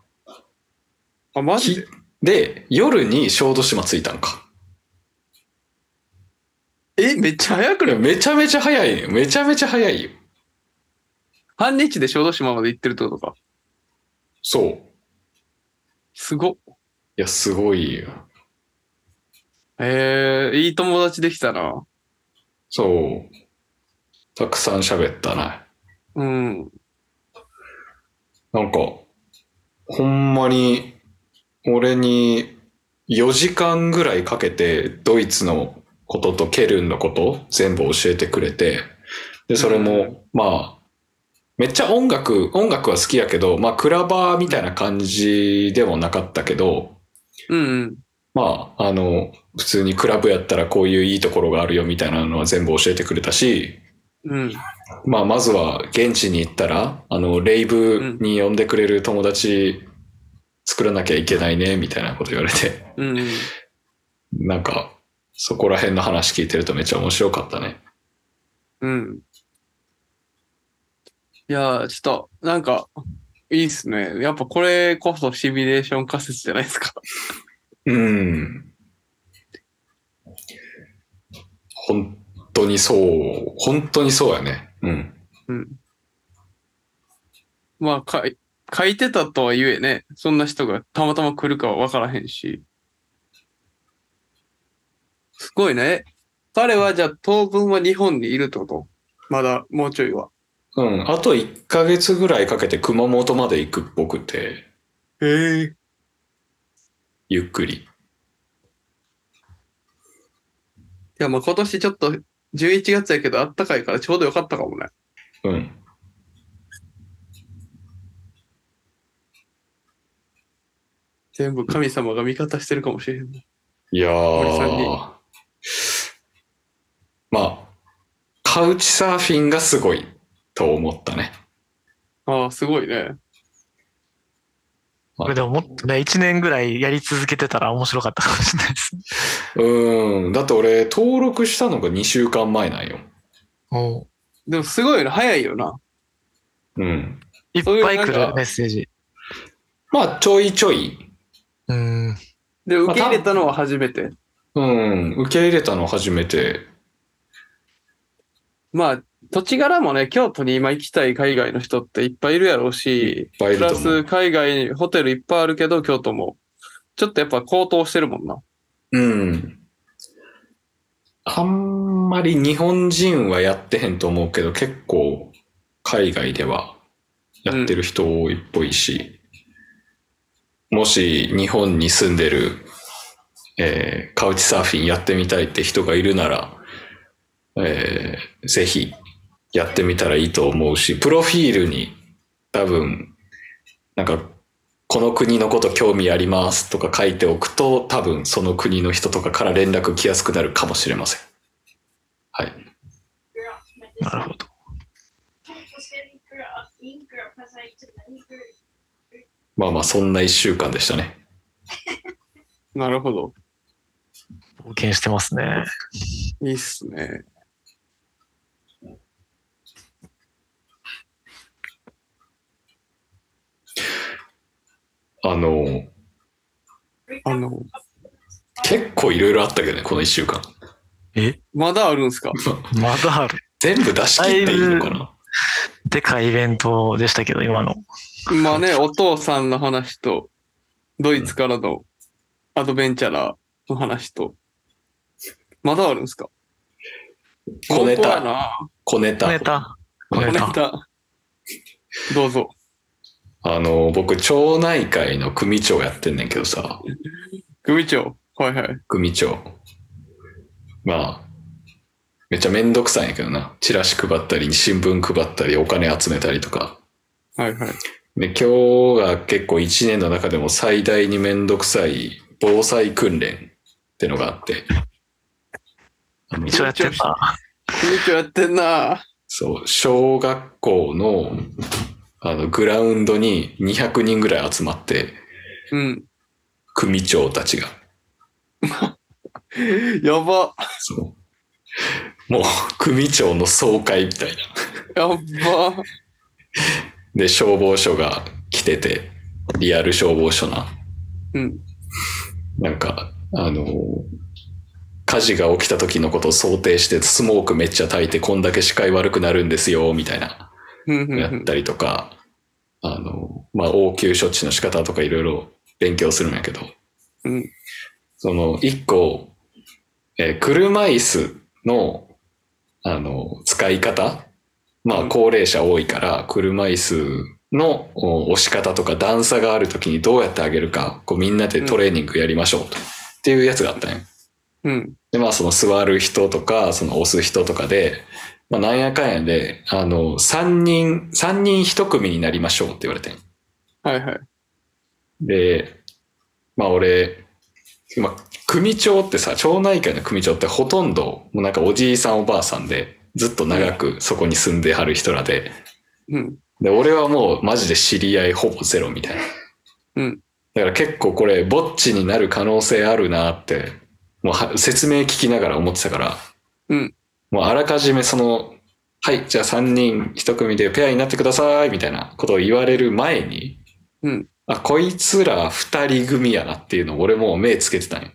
あ、マジきでで、夜に小豆島着いたんか。え、めっちゃ早くこれないめちゃめちゃ早いよ。めちゃめちゃ早いよ。半日で小豆島まで行ってるってことか。そう。いすごっ。や、すごいよ。ええいい友達できたな。そう。たくさん喋ったな。うん。なんか、ほんまに、俺に4時間ぐらいかけて、ドイツのこととケルンのこと全部教えてくれて、で、それも、まあ、めっちゃ音楽、音楽は好きやけど、まあ、クラバーみたいな感じでもなかったけど、うんうん。まあ、あの、普通にクラブやったらこういういいところがあるよみたいなのは全部教えてくれたし、うん。まあ、まずは現地に行ったら、あの、レイブに呼んでくれる友達作らなきゃいけないね、みたいなこと言われて、 うんうん。なんか、そこら辺の話聞いてるとめっちゃ面白かったね。うん。いやー、ちょっと、なんか、いいっすね。やっぱこれこそシミュレーション仮説じゃないですか。 うん。本当にそう、本当にそうやね。うん。うん。まあ、かい、書いてたとはいえね、そんな人がたまたま来るかはわからへんし。すごいね。彼はじゃあ当分は日本にいるってことまだもうちょいは。うん。あと1ヶ月ぐらいかけて熊本まで行くっぽくて、へえ。ゆっくり。いや、まあ今年ちょっと11月やけどあったかいからちょうどよかったかもね。うん。全部神様が味方してるかもしれへんね。いや森さんにー。まあ、カウチサーフィンがすごいと思ったね。ああ、すごいね。これでももっとね、1年ぐらいやり続けてたら面白かったかもしれないですね。うーん。だって俺、登録したのが2週間前なんよ。おでもすごいな。早いよな。うん。いっぱい来そういうなんるかメッセージ。まあ、ちょいちょい。うん。で、受け入れたのは初めて。うん。受け入れたの初めて。まあ、土地柄もね、京都に今行きたい海外の人っていっぱいいるやろういっし、ぱいいプるラと思う。ス海外にホテルいっぱいあるけど、京都も。ちょっとやっぱ高騰してるもんな。うん。あんまり日本人はやってへんと思うけど、結構海外ではやってる人多いっぽいし、もし日本に住んでる、えーカウチサーフィンやってみたいって人がいるなら、えーぜひやってみたらいいと思うし、プロフィールに多分、なんかこの国のこと興味ありますとか書いておくと、多分その国の人とかから連絡来やすくなるかもしれません。はい。なるほど。まあまあ、そんな一週間でしたね。なるほど。冒険してますね。いいっすね。あの、あの、結構いろいろあったけどね、この一週間。えまだあるんすかまだある。全部出し切っていいのかなでかいイベントでしたけど、今の。まあ ね、お父さんの話と、ドイツからのアドベンチャラーの話と、まだあるんすか小ネ本当やタ、な。小ネ小タネ。タ。小小ネネタ。タ。どうぞ。あの、僕、町内会の組長やってんねんけどさ、組長。はいはい。組長。まあ、めっちゃめんどくさいんやけどな。チラシ配ったり、新聞配ったり、お金集めたりとか。はいはい。で、今日が結構一年の中でも最大にめんどくさい防災訓練ってのがあって。あの一応やってた。組長やってんな。そう、小学校の、あの、グラウンドに200人ぐらい集まって、うん。組長たちが。やば。そう。もう、組長の総会みたいな。やば。で、消防署が来てて、リアル消防署な。うん。なんか、あのー火事が起きた時のことを想定して、スモークめっちゃ焚いて、こんだけ視界悪くなるんですよ、みたいな、うんうんやうっん。たりとか、あのーまあ、応急処置の仕方とかいろいろ勉強するんやけど、うんその、一個、えー車椅子の、あの、使い方まあ、うん高齢者多いから、車椅子のお押し方とか段差があるときにどうやってあげるか、こうみんなでトレーニングやりましょうと。っていうやつがあったんよ。うん。で、まあ、その座る人とか、その押す人とかで、まあ、なんやかんやで、あの、三人、三人一組になりましょうって言われてん。はいはい。で、まあ俺、まあ、組長ってさ、町内会の組長ってほとんど、もうなんかおじいさんおばあさんで、ずっと長くそこに住んではる人らで、うん。で、俺はもうマジで知り合いほぼゼロみたいな。うん。だから結構これ、ぼっちになる可能性あるなって、もうは説明聞きながら思ってたから、うん。もうあらかじめその、はい、じゃあ3人1組でペアになってください、みたいなことを言われる前に、うん。あ、こいつら二人組やなっていうのを俺もう目つけてたんよ。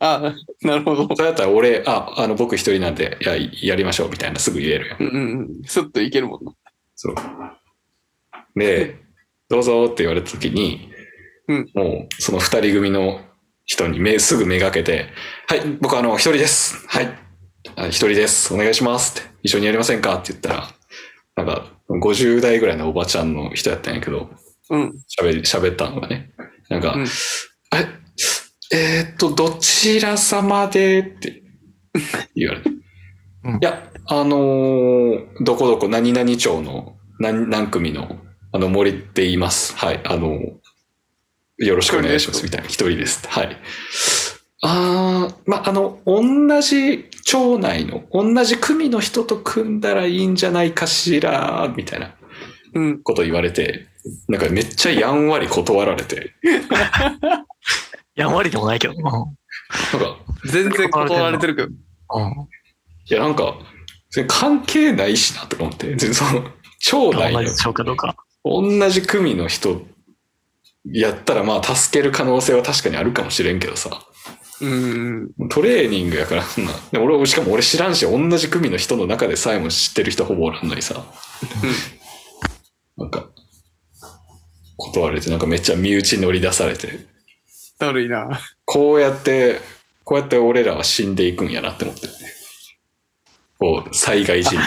あ、なるほど。それだったら俺、あ、あの僕一人なんで、いや、やりましょうみたいなすぐ言えるやん。うんうんうん。スッといけるもんな。そう。で、どうぞって言われた時に、うんもうその二人組の人に目、すぐ目がけて、はい、僕あの一人です。はい。あ一人です。お願いしますって。一緒にやりませんかって言ったら、なんか50代ぐらいのおばちゃんの人やったんやけど、うん。喋り、喋ったのがね。なんか、うんえ、えーっと、どちら様でって 言われて。うんいや、あのーどこどこ、何々町の何何組の、あの、森って言います。はい、あのーよろしくお願いします、みたいな。一人です。はい。ああ、まあ、あの、同じ町内の、同じ組の人と組んだらいいんじゃないかしら、みたいな。うん。こと言われて、なんかめっちゃやんわり断られて、やんわりでもないけど。うなんか、全然断られてるけど。ん。うんいやなんか、それ関係ないしなとか思って、でその、町内同のじでしょうかどうか。同じ組の人やったらまあ助ける可能性は確かにあるかもしれんけどさ、うん。トレーニングやから、そんなで俺はしかも俺知らんし、同じ組の人の中でさえも知ってる人ほぼおらんのにさ、なんか、断られて、なんかめっちゃ身内乗り出されて、だるいな。こうやって、こうやって俺らは死んでいくんやなって思ってるね。こう、災 害時に、、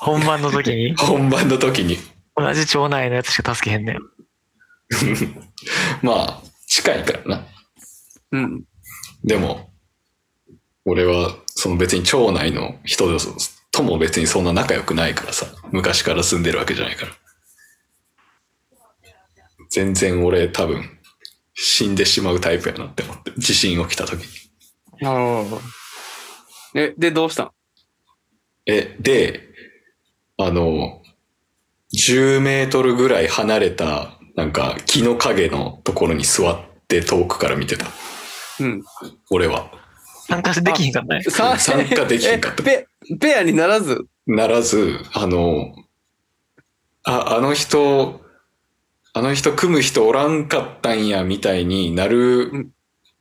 本番の時に本番の時に、同じ町内のやつしか助けへんねん。まあ、近いからな。うん。でも、俺は、その別に町内の人とも別にそんな仲良くないからさ、昔から住んでるわけじゃないから。全然俺多分、死んでしまうタイプやなって思って、地震起きた時に。なるほど。え、で、どうしたんえ、で、あの、10メートルぐらい離れた、なんか木の陰のところに座って遠くから見てた。うん。俺は。参加できひんかったね。さ参加できへんかったえペ、ペアにならず。ならず、あの、あ、あの人、あの人組む人おらんかったんやみたいになる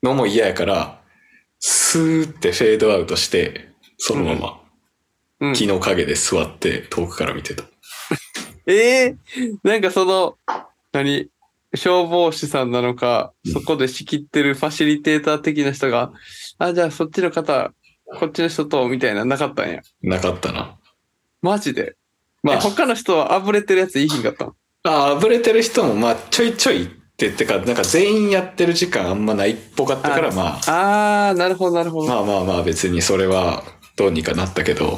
のも嫌やから、スーってフェードアウトして、そのままうん木の陰で座って遠くから見てた。ええなんかその、何消防士さんなのか、そこで仕切ってるファシリテーター的な人が、あ、じゃあそっちの方、こっちの人と、みたいな、なかったんや。なかったな。マジで。ままああ、他の人はあぶれてるやついいひんかったのああぶれてる人もまあちょいちょいってってか、なんか全員やってる時間あんまないっぽかったから、まあ、あー、なるほど、なるほど。まあまあまあ別にそれはどうにかなったけど、うん。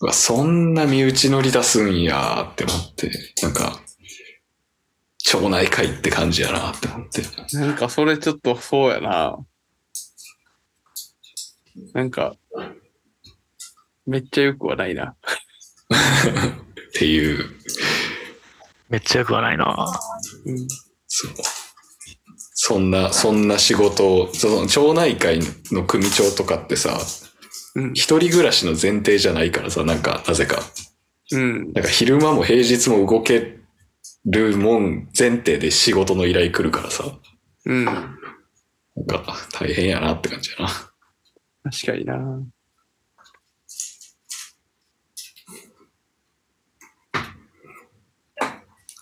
うわそんな身内乗り出すんやーって思って、なんか、町内会って感じやなって思って。なんかそれちょっとそうやな。なんか、めっちゃよくはないな。っていう、めっちゃよくはないなうん。そう。そんな、そんな仕事を、その町内会の組長とかってさ、うん。一人暮らしの前提じゃないからさ、なんか、なぜか。うん。なんか昼間も平日も動けるもん前提で仕事の依頼来るからさ、うん。なんか大変やなって感じやな。確かにな。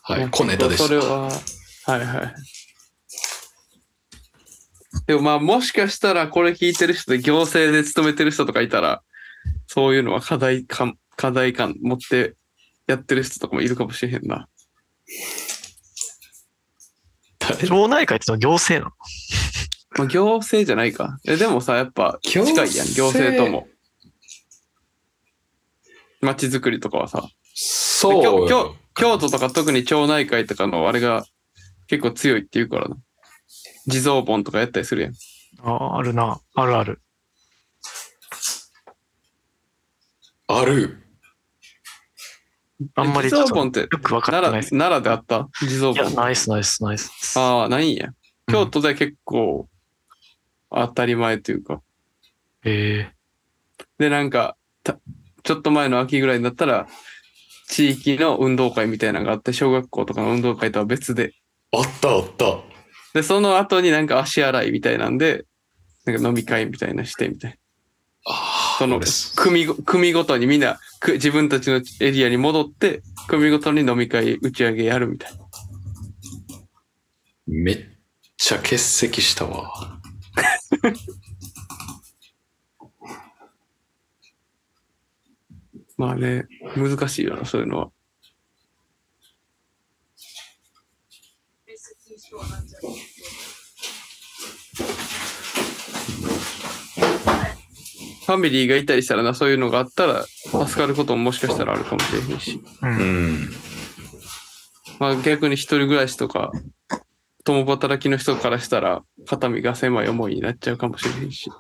はいい、や小ネタでしそれた。は、はいはい。でもまあもしかしたらこれ聞いてる人で行政で勤めてる人とかいたら、そういうのは課題感、課題感持ってやってる人とかもいるかもしれへんな。誰町内会ってのは行政なまあ行政じゃないか。え、でもさ、やっぱ近いやん、行行政政とも。街づくりとかはさ。そうで京よ。京都とか特に町内会とかのあれが結構強いって言うからな。地蔵盆とかやったりするやん。のああるなあるあるある。あんまり地ちょっ蔵と盆よってく分かって奈ない良です奈良であった地蔵いや盆。ナイスナイスナイスああ、ないんや。うん京都では結構当たり前というか。えで、なんか、たちょっと前の秋ぐらいになったら、地域の運動会みたいなのがあって、小学校とかの運動会とは別で。あったあった。で、その後になんか足洗いみたいなんで、なんか飲み会みたいなしてみたいな。あその組ご、組ごとにみんな、く自分たちのエリアに戻って、組ごとに飲み会打ち上げやるみたいな。めっちゃ欠席したわ。まあね、難しいよな、そういうのは。ファミリーがいたりしたらな、そういうのがあったら、助かることももしかしたらあるかもしれへんし。えうん うん。まあ逆に一人暮らしとか、共働きの人からしたら、肩身が狭い思いになっちゃうかもしれへんし。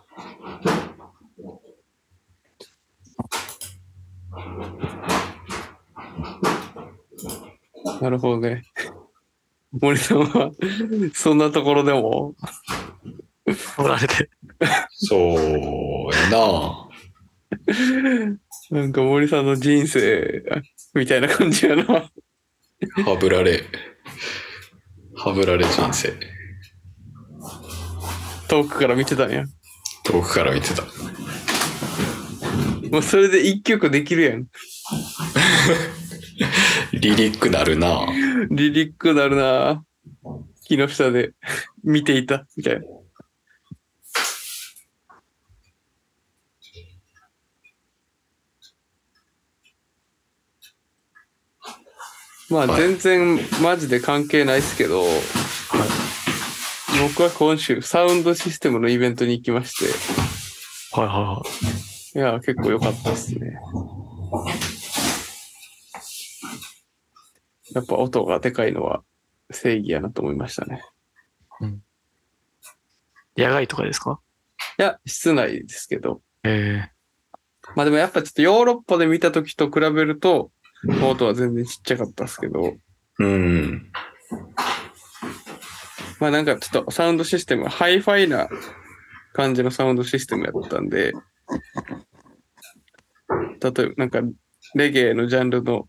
なるほどね。森さんは、そんなところでも、おられてそうやな。なんか森さんの人生、みたいな感じやな。はぶられ。はぶられ人生。遠くから見てたんや。遠くから見てた。もうそれで一曲できるやん。リリックなるな。リリックなるなぁ木の下で見ていた、みたいな。まあはい全然マジで関係ないですけど、僕は今週サウンドシステムのイベントに行きましはいはいはいて、いや、結構良かったですね。やっぱ音がでかいのは正義やなと思いましたね。野外とかですかいや、室内ですけど。えまあでもやっぱちょっとヨーロッパで見た時と比べると、ノートは全然ちっちゃかったですけど、うん。まあなんかちょっとサウンドシステムがハイファイな感じのサウンドシステムやったんで、例えばなんかレゲエのジャンルの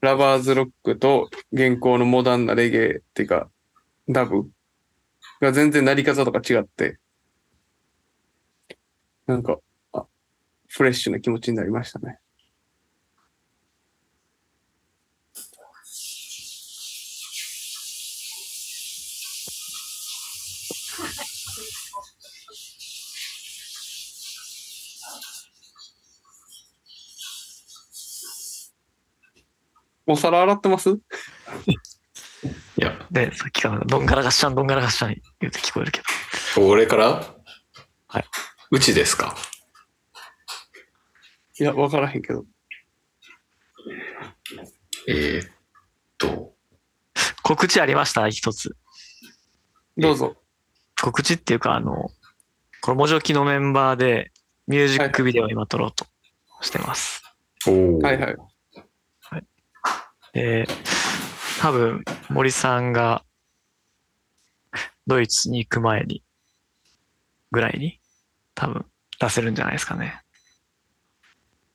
ラバーズロックと現行のモダンなレゲエっていうか、ダブが全然なり方とか違って、なんか、あフレッシュな気持ちになりましたね。お皿洗ってますいや、で、さっきからどんがらがっしゃん、どんがらがっしゃん言うて聞こえるけど。俺からはいうちですかいや、わからへんけど。えーっと、告知ありました、一つ。どうぞ。告知っていうか、あの、この文書記のメンバーで、ミュージックビデオを今撮ろうとしてます。おーはいはい。で、多分、森さんが、ドイツに行く前に、ぐらいに、多分、出せるんじゃないですかね。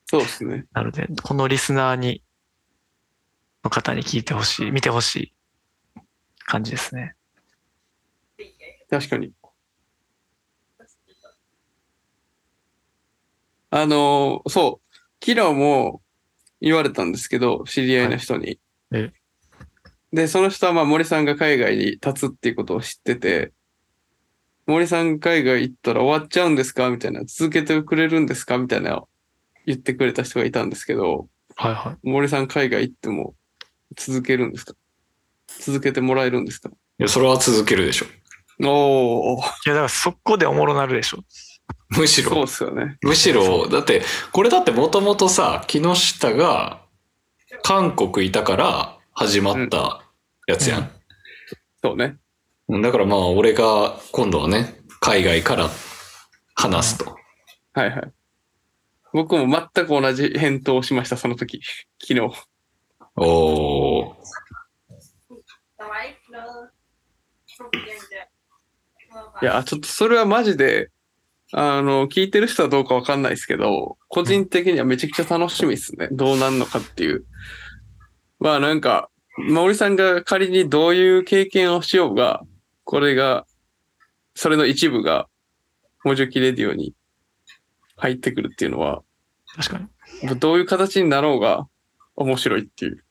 そうですね。なので、このリスナーに、の方に聞いてほしい、見てほしい感じですね。確かに。あのーそう。昨日も言われたんですけど、知り合いの人に。はいえで、その人はまあ森さんが海外に立つっていうことを知ってて、森さん海外行ったら終わっちゃうんですかみたいな、続けてくれるんですかみたいな言ってくれた人がいたんですけど、はいはい。森さん海外行っても続けるんですか続けてもらえるんですかいやそれは続けるでしょ。おー、いや、だからそこでおもろなるでしょ。むしろそうっすよね。むしろ、だって、これだってもともとさ、木下が韓国いたから始まったやつやん。そうね。だからまあ、俺が今度はね、海外から話すと。はいはい。僕も全く同じ返答をしました、その時。 昨日。おー、 Der var ikke noget problem der. Det var bare- いや、ちょっとそれはマジで、あの、聞いてる人はどうかわかんないですけど、個人的にはめちゃくちゃ楽しみですね。どうなんのかっていう。まあなんか、まあ森さんが仮にどういう経験をしようが、これが、それの一部が、モジョキレディオに入ってくるっていうのは、確かに。どういう形になろうが面白いっていう。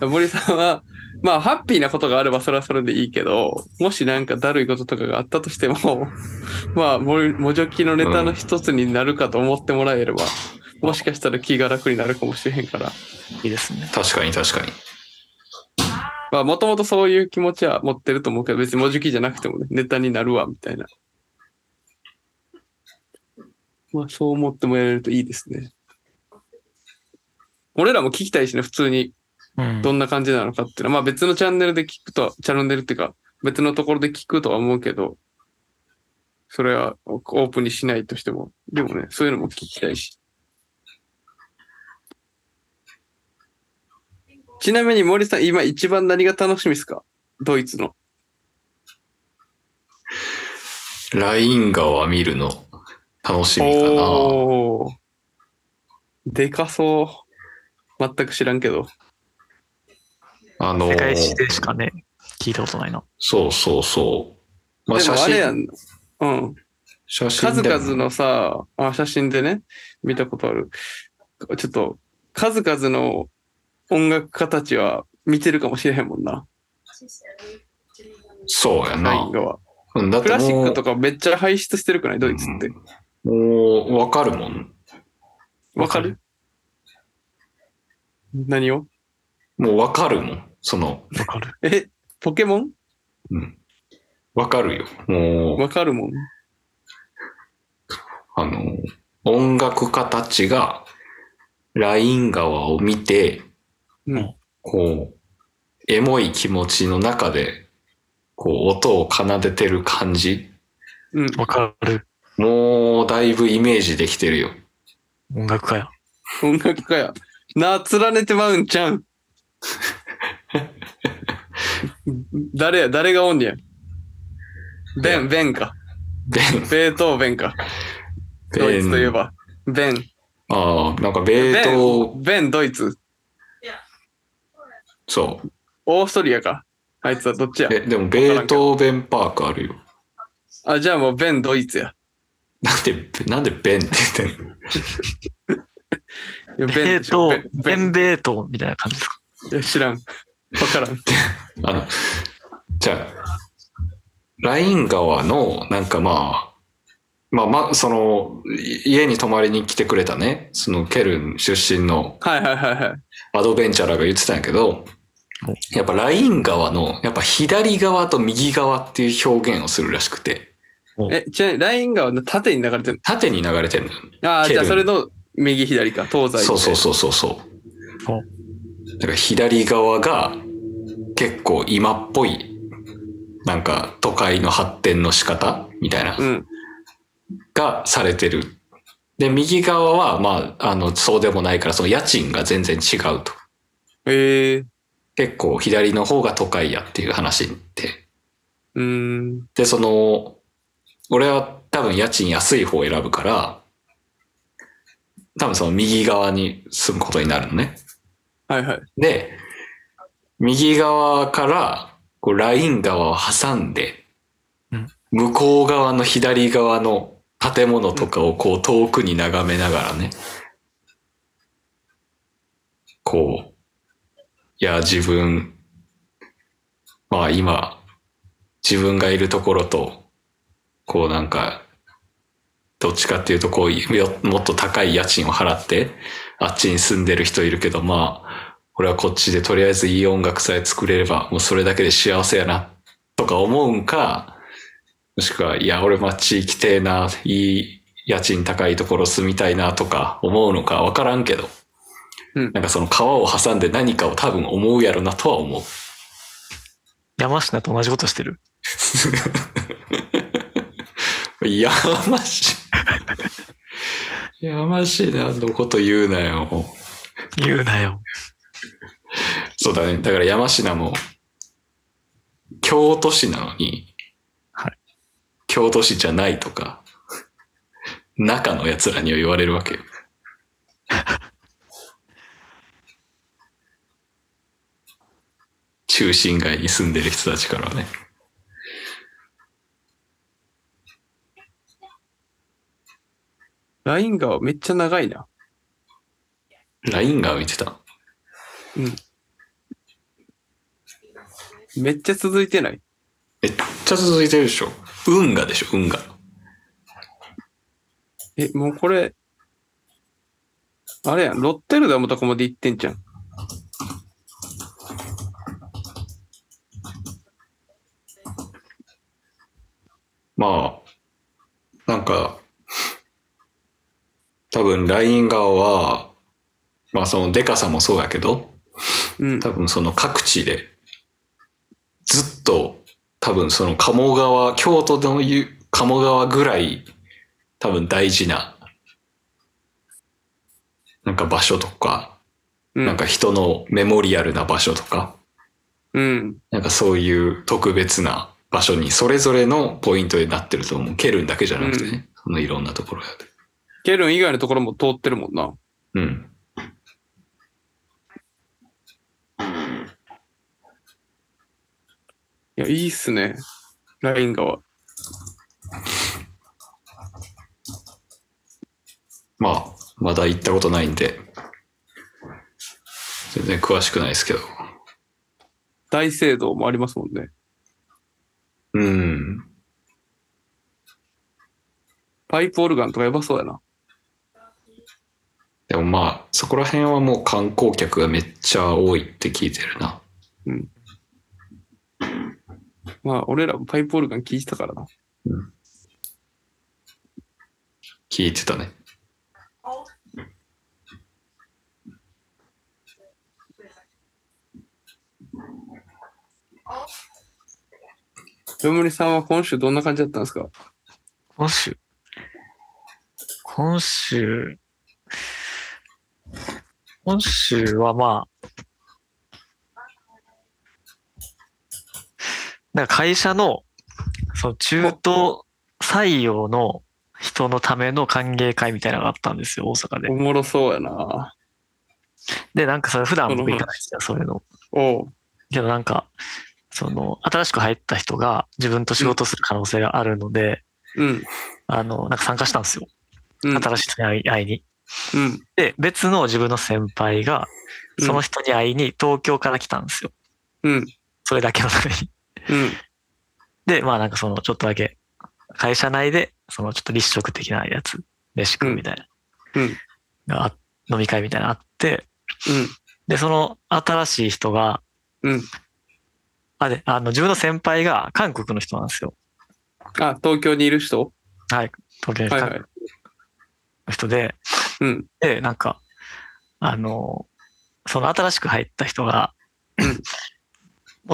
森さんは、まあ、ハッピーなことがあればそれはそれでいいけど、もしなんかだるいこととかがあったとしても、 まあ、ももじょきのネタの一つになるかと思ってもらえれば、もしかしたら気が楽になるかもしれへんから、いいですね。確かに確かに。まあ、もともとそういう気持ちは持ってると思うけど、別にもじょきじゃなくてもね、ネタになるわ、みたいな。まあ、そう思ってもらえるといいですね。俺らも聞きたいしね、普通に。うんどんな感じなのかっていうのは、まあ別のチャンネルで聞くとは、チャンネルっていうか、別のところで聞くとは思うけど、それはオープンにしないとしても、でもね、そういうのも聞きたいし。ちなみに森さん、今一番何が楽しみですかドイツの。ライン川見るの楽しみかな。おー。でかそう。全く知らんけど。あのー世界一でしかね、聞いたことないの。そうそうそう。まあ、でも写あれや真、ん。うん。写真数でも々のさ、あ写真でね、見たことある。ちょっと、数々の音楽家たちは見てるかもしれへんもんな、そうやラなイン。側。うんだっクてもうラシックとかめっちゃ排出してるくないドイツって。もう、わかるもん。わかる何をもうわかるもん。その、わかる。え、ポケモンうん。わかるよ。もう、わかるもん。あの、音楽家たちが、ライン川を見て、うんこう、エモい気持ちの中で、こう、音を奏でてる感じ、うん。わかる。もう、だいぶイメージできてるよ。音楽家や。音楽家や。な、連ねてまうんちゃうん。誰や、誰がおんねや。ベン、ベンか。ベン、ベートーベンか。ドイツといえば、ベン。ああ、なんかベーベト、ン、ベン、ドイツ。そう。オーストリアか。あいつはどっちや。え、でもベートーベンパークあるよ。あ、じゃあもうベン、ドイツや。なんで、なんでベンって言ってんのいベやベンート、ベベンンベートみたいな感じですか。いや知らん。わからん。あの、じゃあ、ライン川の、なんかまあ、まあまあ、その、い家に泊まりに来てくれたね、そのケルン出身のはいはいはいはい。アドベンチャラーが言ってたんやけど、やっぱライン川の、やっぱ左側と右側っていう表現をするらしくて、え、ちなみにライン川の縦に流れてる縦に流れてるのよ。ああ、ケじルゃンあそれの右左か、東西。そうそうそそうそうそおう。だから左側が結構今っぽい、なんか都会の発展の仕方みたいな。うん。がされてる。で、右側は、まあ、あの、そうでもないから、その家賃が全然違うと。ええー。結構左の方が都会やっていう話って。うーん。で、その、俺は多分家賃安い方を選ぶから、多分その右側に住むことになるのね。はいはい。で、右側から、こう、ライン側を挟んでうん、向こう側の左側の建物とかをこう遠くに眺めながらね、こう、いや、自分、まあ今、自分がいるところと、こうなんか、どっちかっていうと、こうよ、もっと高い家賃を払って、あっちに住んでる人いるけど、まあ、俺はこっちでとりあえずいい音楽さえ作れれば、もうそれだけで幸せやな、とか思うんか、もしくは、いや、俺まあ地域てえな、いい家賃高いところ住みたいな、とか思うのかわからんけど、うんなんかその川を挟んで何かを多分思うやろなとは思う。 山科と同じことしてる。やましい。 やましいな、のこと言うなよ。言うなよ。そうだね。だから山科も、京都市なのに、はい京都市じゃないとか、中の奴らには言われるわ けよ。中心街に住んでる人たちからはね。ライン川めっちゃ長いな。ラインが浮いてた。めっちゃ続いてない。めっちゃ続いてるでしょ。運河でしょ、運河。え、もうこれ、あれやん、ロッテルダムとかまで行ってんじゃん。まあ、なんか、多分ライン側は、まあそのデカさもそうやけど、うん。多分その各地で、ずっと多分その鴨川、京都の言う鴨川ぐらい、多分大事な、なんか場所とか、うなんか、人のメモリアルな場所とか、うん。なんかそういう特別な場所にそれぞれのポイントになってると思う。ケルンだけじゃなくてね、うそのいろんなところやで。ケルン以外のところも通ってるもんな。うん。いや、いいっすね。ライン川。まあ、まだ行ったことないんで、全然詳しくないですけど。大聖堂もありますもんね。うん。パイプオルガンとかやばそうやな。でもまあ、そこら辺はもう観光客がめっちゃ多いって聞いてるな。まあ、俺らもパイプオルガン聞いてたからな。聞いてたね。よむりさんは今週どんな感じだったんですか今週。今週。今週はまあ。なんか会社の、その中途採用の一人のための歓迎会みたいなのがあったんですよ、大阪おで。もろそうやな。で、なんかさ、普段僕行かないんですよ、そういうの。おう。けどなんか、その、新しく入った人が自分と仕事する可能性があるので、うん。あの、なんか参加したんですよ。うん。新しい人に会い会いに。うん。で、別の自分の先輩が、うんその人に会いに東京から来たんですよ。うん。それだけのために。 うん。で、まあなんかその、ちょっとだけ、会社内で、そのちょっと立食的なやつ、飯食うみたいな。うんうんがあ飲み会みたいなのあって、で、その新しい人が、うん。うん。あ、で、あの、自分の先輩が韓国の人なんですよ。あ、東京にいる人はい。東京のは人いはい。の人で、うん。で、なんか、あの、その新しく入った人がうん、もう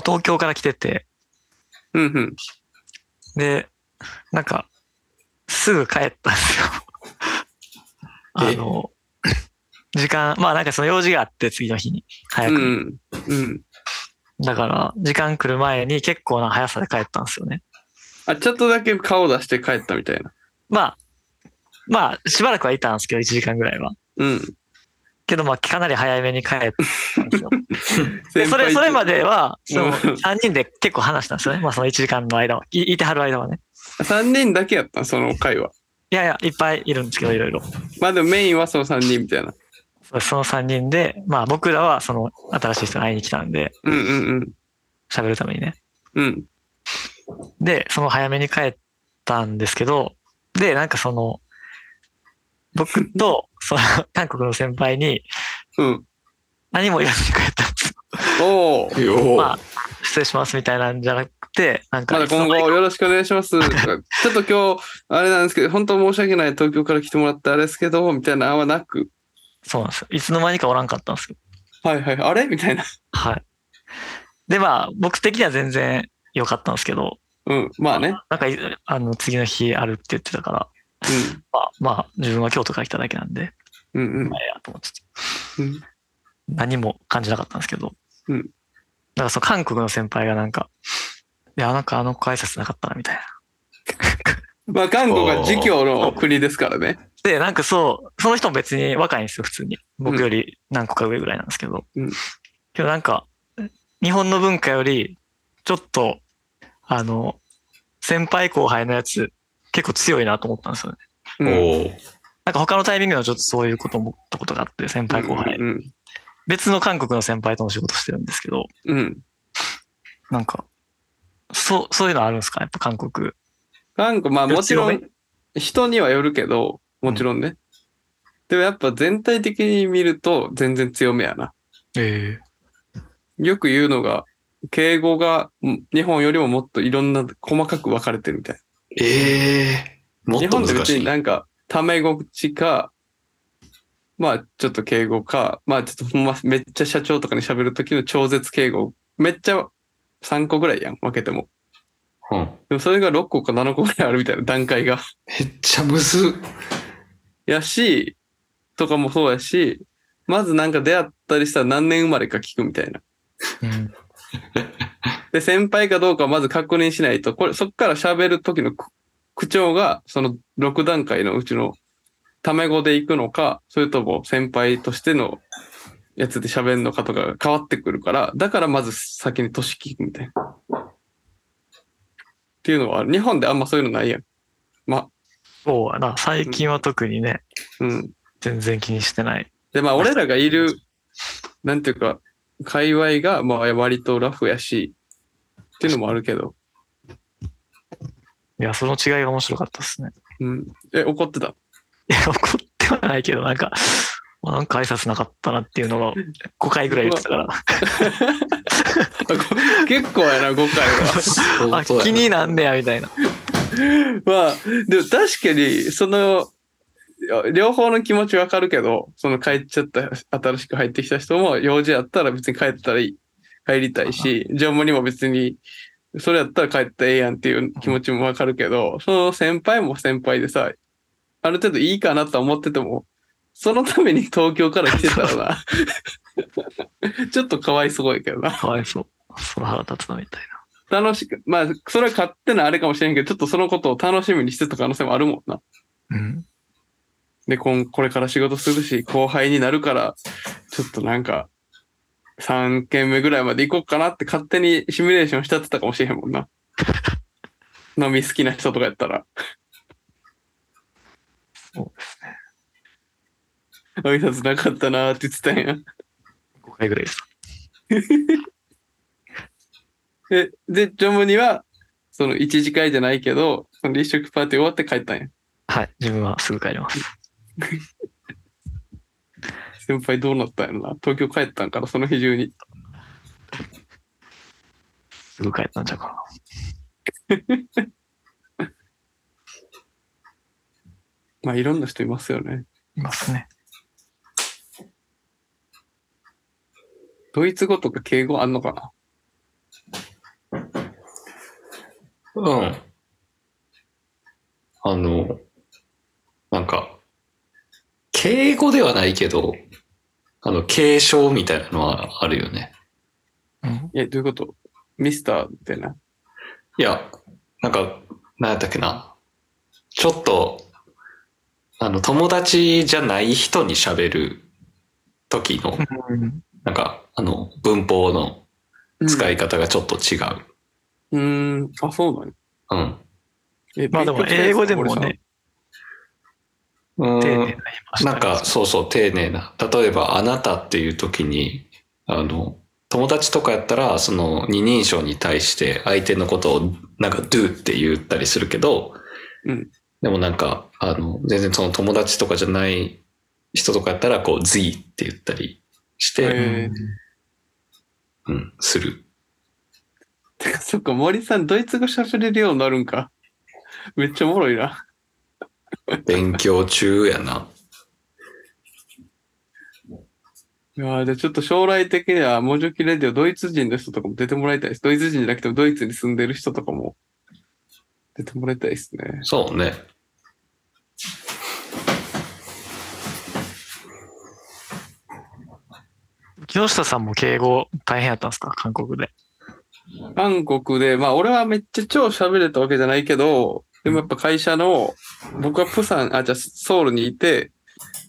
東京から来てて、うんうん。で、なんか、すぐ帰ったん ですよ。あえの、時間、まあなんかその用事があって、次の日に。早うくに。ん。うん。だから、時間来る前に結構な速さで帰ったんですよね。あ、ちょっとだけ顔出して帰ったみたいな。まあ、まあ、しばらくはいたんですけど、1時間ぐらいは。うん。けど、まあ、かなり早めに帰ったん ですよ。で先それ、輩それまでは、その、うん3人で結構話したんですよね。まあ、その1時間の間は、いいてはる間はね。三人だけやったんその会話。いやいや、いっぱいいるんですけど、いろいろ。まあでもメインはその三人みたいな。そうその3人で、まあ、僕らは、その、新しい人に会いに来たんで、うんうん喋るためにね。うん。うん。で、その早めに帰ったんですけど、で、なんかその、僕と、その、韓国の先輩に、うん。何も言わずに帰ったん ですよ。おお。よまあ、失礼しますみたいなんじゃなくて、なんか、まだ今後よろしくお願いします。とかちょっと今日、あれなんですけど、本当申し訳ない、東京から来てもらってあれですけど、みたいなあんまなく、そうなんですよ。いつの間にかおらんかったんですよ。はいはい、あれみたいな。はい。で、まあ、僕的には全然良かったんですけど、うん、まあね。なんかい、あの、次の日あるって言ってたから、まあ、まあ、自分は京都から来ただけなんで、うん、うん、うんまあ、ええやと思っててうん。何も感じなかったんですけど、うんだから、その韓国の先輩がなんか、いや、なんかあの子挨拶なかったな、みたいな。 まあ、韓国は自教の国ですからね。で、なんかそう、その人も別に若いんですよ、普通に。僕より何個か上ぐらいなんですけど。うんけどなんか、日本の文化より、ちょっと、あの、先輩後輩のやつ、結構強いなと思ったんですよね。うおんおーなんか他のタイミングではちょっとそういうこと思ったことがあって、先輩後輩。うんうん別の韓国の先輩とも仕事してるんですけど、うん。うんなんか、そう、そういうのあるんですかやっぱ韓国。韓国、まあもちろ強ん、人にはよるけど、もちろんね。でもやっぱ全体的に見ると全然強めやな。えよく言うのが、敬語がうん日本よりももっといろんな細かく分かれてるみたいええもな。っ日と本って難別しにい。なんか、タメ口か、まあちょっと敬語か、まあちょっとほんまめっちゃ社長とかに喋る時の超絶敬語、めっちゃ3個ぐらいやん、分けても。うんでもそれが6個か7個ぐらいあるみたいな段階が。 めっちゃむずっ。やし、とかもそうやし、まずなんか出会ったりしたら何年生まれか聞くみたいな。えうん。で、先輩かどうかをまず確認しないと、これ、そっから喋る時のく口調が、その6段階のうちのタメ語で行くのか、それとも先輩としてのやつで喋るのかとかが変わってくるから、だからまず先に年聞くみたいな。っていうのはある、日本であんまそういうのないやん。ま、そうやな。最近は特にね、うん。全然気にしてない。で、まあ、俺らがいる、なんていうか、界隈が、まあ、割とラフやし、っていうのもあるけど。いや、その違いが面白かったですね。うん。え、怒ってた。いや、怒ってはないけど、なんか、まあなんか挨拶なかったなっていうのが5回ぐらい言ってたから、 結構やな、5回は。あ、気になんねや、みたいな。 まあ、でも確かに、その、両方の気持ちわかるけど、その帰っちゃった、新しく入ってきた人も、用事あったら別に帰ったらいい、帰りたいし、ジョンモにも別に、それやったら帰ったらええやんっていう気持ちもわかるけど、その先輩も先輩でさ、ある程度いいかなとは思ってても、そのために東京から来てたら な、ちょっとかわいそうやけどな。かわいそう。その腹立つな、みたいな。楽しく、まあ、それは勝手なあれかもしれんけど、ちょっとそのことを楽しみにしてた可能性もあるもんな。うん。で、こん、これから仕事するし、後輩になるから、ちょっとなんか、3件目ぐらいまで行こうかなって勝手にシミュレーションしたってたかもしれへんもんな。 飲み好きな人とかやったら。そう挨拶なかったなーって言ってたんや。 5回ぐらいです。で、で、ジョムには、その一次会じゃないけど、その立食パーティー終わって帰ったんや。はい。自分はすぐ帰ります。先輩どうなったんやろな。東京帰ったんから、その日中に。すぐ帰ったんちゃうかな。まあ、いろんな人いますよね。いますね。ドイツ語とか敬語あんのかなうん。あの、なんか、敬語ではないけど、あの、継承みたいなのはあるよね。うん。え、どういうことミスターみたいな。いや、なんか、なんやったっけな。ちょっと、あの、友達じゃない人に喋る時の、うんなんか、あの、文法の使い。い方がちょっと違う。うーん、あ、そうなうのん。えまあでも、英語でも。勉強したやつね、うん丁寧な言い回しなんか、そうそう、丁寧な。例えば、あなたっていう時に、あの、友達とかやったら、その二人称に対して相手のことを、なんか、do って言ったりするけど、うんでもなんか、あの、全然その友達とかじゃない人とかやったら、こう、z って言ったりして、へうえんうん、する。てか、そっか、森さん、 ドイツ語喋れるようになるんか。 めっちゃおもろいな。勉強中やな。いやーじゃあちょっと将来的には、モジョキレディオ、ドイツ人の人とかも出てもらいたいです。ドイツ人じゃなくても、ドイツに住んでる人とかも出てもらいたいですね。そうね。木下さんも敬語大変やったんですか韓国で。韓国で、まあ俺はめっちゃ超喋れたわけじゃないけど、でもやっぱ会社の、僕はプサン、あ、じゃあソウルにいて、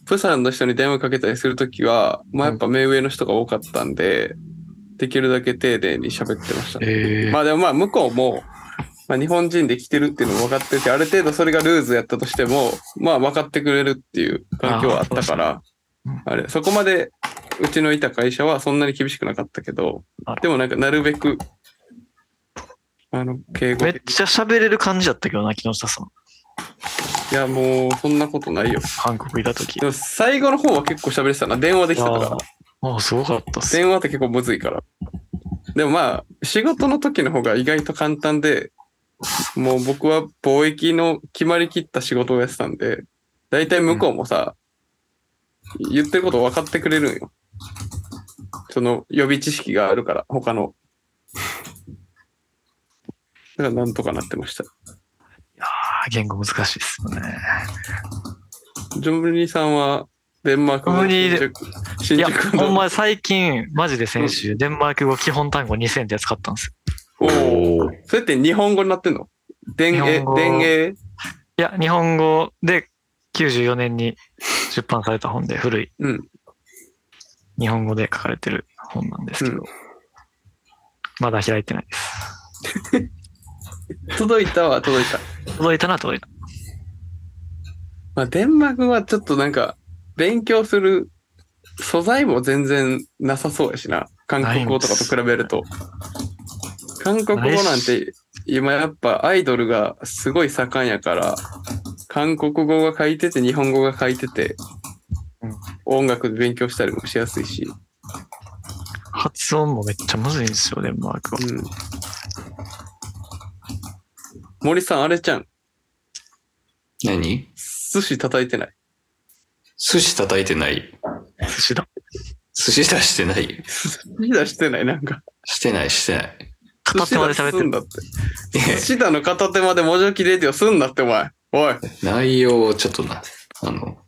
プサンの人に電話かけたりするときは、まあやっぱ目上の人が多かったんで、できるだけ丁寧に喋ってましたね。えまあでもまあ向こうも、まあ日本人で来てるっていうのも分かってて、ある程度それがルーズやったとしても、まあ分かってくれるっていう環境はあったからあー、あれ、そこまでうちのいた会社はそんなに厳しくなかったけどなるほど、でもなんかなるべく、あの、敬語めっで。ちゃ喋れる感じだったけどな、木下さん。いやもうそんなことないよ。韓国いた時でも最後の方は結構喋れてたな。電話できてたからあ。あもうすごかったっす。電話って結構むずいから。でもまあ、仕事の時の方が意外と簡単で、もう僕は貿易の決まりきった仕事をやってたんで、大体向こうもさ、言ってること分かってくれるんよ。その予備知識があるから、他の。だからなんとかなってました。ああ言語難しいっすよね。ジョムニーさんは、デンマーク語ジョムニーで新いや、宿ほんの。ま最近、マジで先週、デンマーク語基本単語2000ってやつ買ったんですよ。おお。おーそれって日本語になってんの電日影本、語電影。いや、日本語で94年に出版された本で、古い。うん日本語で書かれてる本なんですけど、うんまだ開いてないです。届いたは届いた。届いたな、届いた。まあ、デンマークはちょっとなんか、勉強する素材も全然なさそうやしな。韓国語とかと比べると。韓国語なんて、今やっぱアイドルがすごい盛んやから、韓国語が書いてて、日本語が書いててうん、音楽で勉強したりもしやすいし。発音もめっちゃむずいんですよ、デンマーク語。うん。森さん、あれちゃん、何寿司叩いてない。 寿司叩いてない寿司だ。寿司出してないリーダーしてない、なんか。してない、してない。片手まで喋って寿司だする。んだって。寿司だの片手まで文字置きレディオすんなってお前。おい。内容をちょっとな、あの、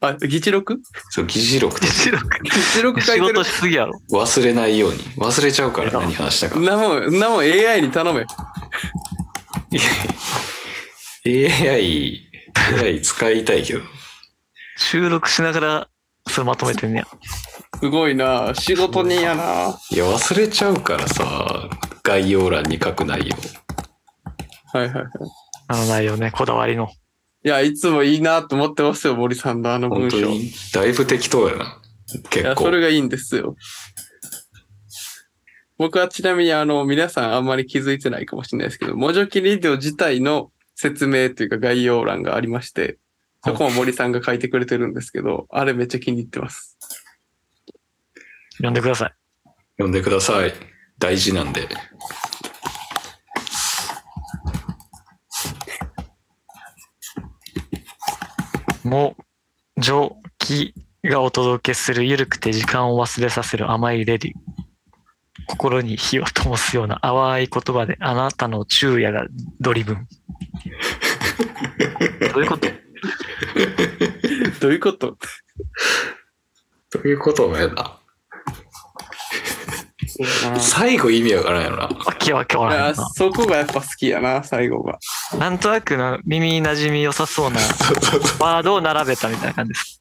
あ、議事録そう、議事録と寿司だ議事録書仕いてる事。しすぎやろ。忘れないように。忘れちゃうからえら何話したか。なもん、なもん AI に頼め。 AI AI 使いたいけど。収録しながら、それまとめてんねや。すごいな仕事にやないや、忘れちゃうからさ、概要欄に書く内容。はいはい。あの内容ね、こだわりの。いや、いつもいいなと思ってますよ、森さんのあの本文当章。いに、だいぶ適当やな。結や、そ構。れがいいんですよ。僕はちなみに、あの、皆さんあんまり気づいてないかもしれないですけど、モジョキリデオ自体の説明というか概要欄がありまして、そこも森さんが書いてくれてるんですけど、あれめっちゃ気に入ってます。読んでください。読んでください。大事なんで。もう、蒸気がお届けするゆるくて時間を忘れさせる甘いレディ。心に火を灯すような淡い言葉であなたの昼夜がドリ ブン。どういうことどういうことということはやな。最後意味わからんやろな。わけわけわいからやんな。そこがやっぱ好きやな、最後が。なんとなくな耳に馴染み良さそうなそうそうそうワードを並べたみたいな感じです。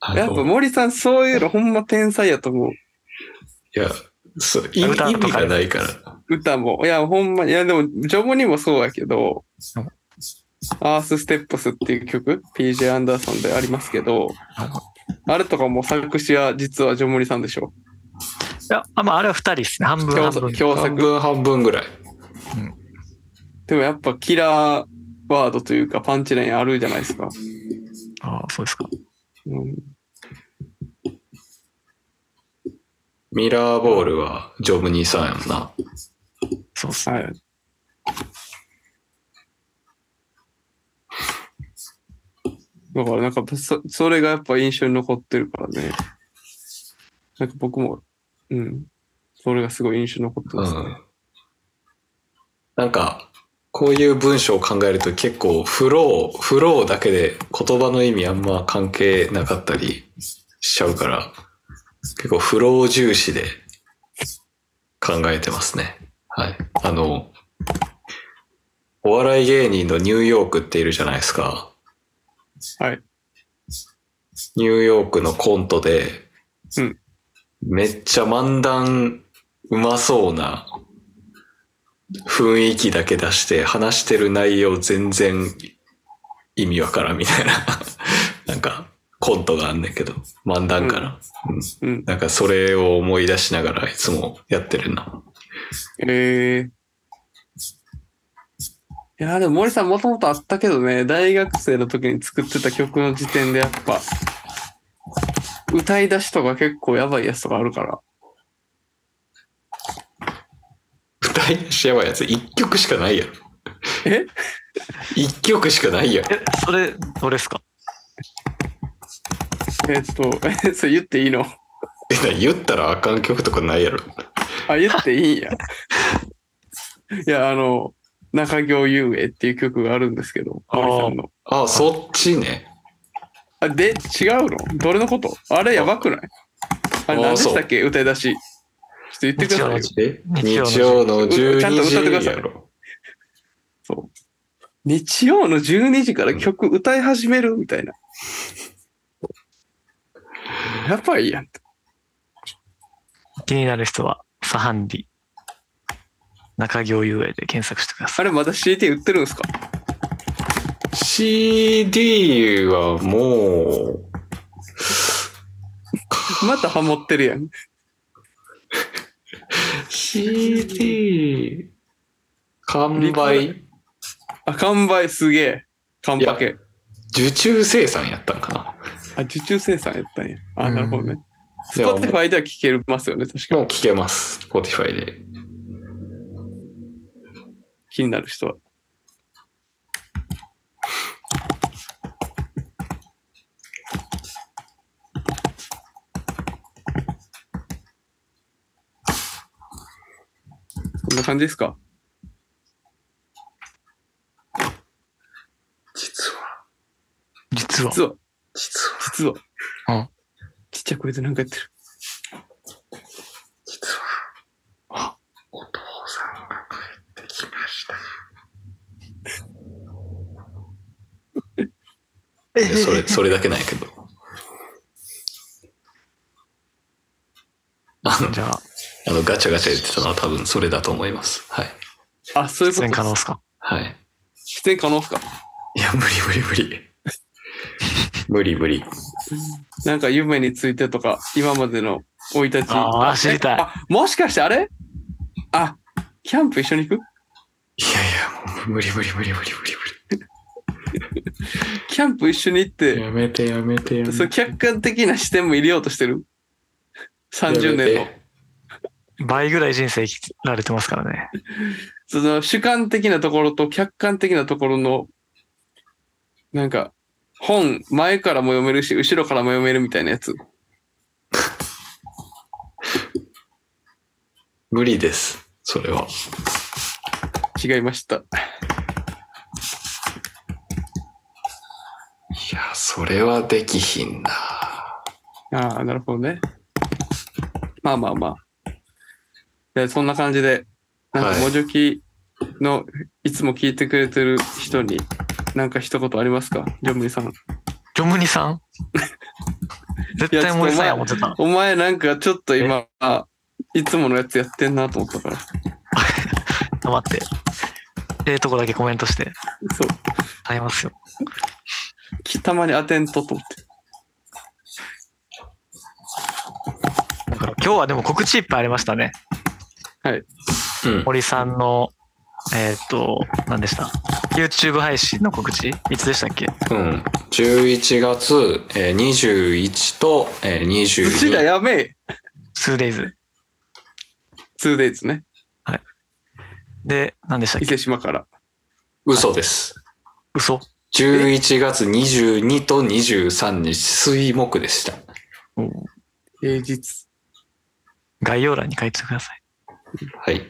あやっぱのい森さん、そういうのほんま天才やと思う。や、そう意歌味とか意味がないから。歌も。いや、ほんまに。いや、でも、ジョモにもそうやけどうん、アースステップスっていう曲、PJ アンダーソンでありますけど、あれとかも作詞は実はジョモリさんでしょ。いや、あまあ、あれは二人ですね。半分共半作分。共半作。分半分ぐらい。でもやっぱキラーワードというかパンチラインあるじゃないですか。ああ、そうですか。うん、ミラーボールはジョブ兄さんやもんな。そうっす。はい。だからなんかそ、それがやっぱ印象に残ってるからね。なんか僕も、うん。それがすごい印象に残ってうますね。ん。なんか、こういう文章を考えると結構フロー、フローだけで言葉の意味あんま関係なかったりしちゃうから、結構フロー重視で考えてますね。はい。あの、お笑い芸人のニューヨークっているじゃないですか。はい。ニューヨークのコントで、うんめっちゃ漫談うまそうな雰囲気だけ出して話してる内容全然意味わからんみたいな なんかコントがあんねんけど漫談から、うんうん。なんかそれを思い出しながらいつもやってるなえー。いや、でも森さんもともとあったけどね、大学生の時に作ってた曲の時点でやっぱ、歌い出しとか結構やばいやつとかあるから。歌い出しやばいやつ1曲しかないやろえ1曲しかないやろえ、それ、どれですかえっと、 え、それ言っていいのえな言ったらあかん曲とかないやろあ、言っていいんや。 いや、あの、中行遊泳っていう曲があるんですけど、あー森さんの。あそっちねあ、で、違うのどれのことあれやばくないあれあ何でしたっそけ歌い出し。ちょっと言ってくださいよ。え日日曜の曜の12時ちゃんと歌ってくださいやろそう。日曜の12時から曲歌い始めるみたいな。やばいやん。気になる人は、サハンディ。中行遊泳で検索してくださあれまだ CT 売ってるんですか CD はもうまたハモってるやん。 CD 完売あ、完売すげえ。完パケ。受注生産やったんかなあ、受注生産やったんや。あ、うんなるほどね。いやもう Spotify では聴けますよね。確かもうに。聞けます。Spotify で。気になる人は。こんな感じですか実は、い。実は。実は、実は、実は。うんちっちゃい声でなんかやってる。実は、お父さんが帰ってきました。いやそ れ、それだけないけど。あのじゃあ、あの、ガチャガチャ言ってたのは多分それだと思います。はい。あ、そういうこ出と演です可能ですかはい。出演可能っすかいや、無理無 理無理。無理無理。なんか夢についてとか、今までの生い立ち。ああ、知りたい。あ、もしかしてあれあ、キャンプ一緒に行くいやいや、もう無理無理無理無理無理キャンプ一緒に行っ無理。て、やめてやめてやめて。そう客観的な視点も入れようとしてる ?30 年やめ。のて倍ぐらい人生生きられてますからね。その主観的なところと客観的なところの、なんか、本、前からも読めるし、後ろからも読めるみたいなやつ。無理です。それは。違いました。いや、それはできひんな。ああ、なるほどね。まあまあまあ。でそんな感じで、なんはか、いもじょきの、いつも聞いてくれてる人に、なんか一言ありますかジョムリさん。ジョムニさん絶対森さんや思ってた。お前なんかちょっと今、いつものやつやってんなと思ったから。黙って。ええとこだけコメントして。そう。耐えますよ。きたまにアテントと思って。だから今日はでも告知いっぱいありましたね。うん。森さんの、えっ、と、何でした ?YouTube 配信の告知いつでしたっけうん。11月、えー、21と、えー、うちら22。やべえ ?2days。 !2days ね。で、何でしたっ伊け勢島から。嘘です。嘘11月22と23日、水木でした。平日。概要欄に書いてください。はい。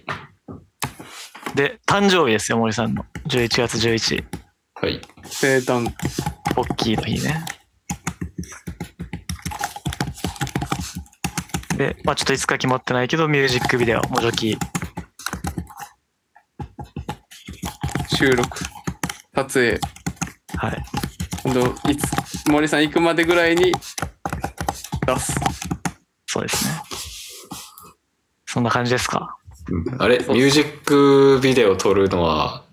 で、誕生日ですよ、森さんの。11月11日。はい。生誕。ポッキーの日ね。で、まあちょっといつか決まってないけど、ミュージックビデオ、もじょき、収録。撮影。はい。ほんといつ、森さん行くまでぐらいに、出す。そうですね。そんな感じですかあれミュージックビデオ撮るのは、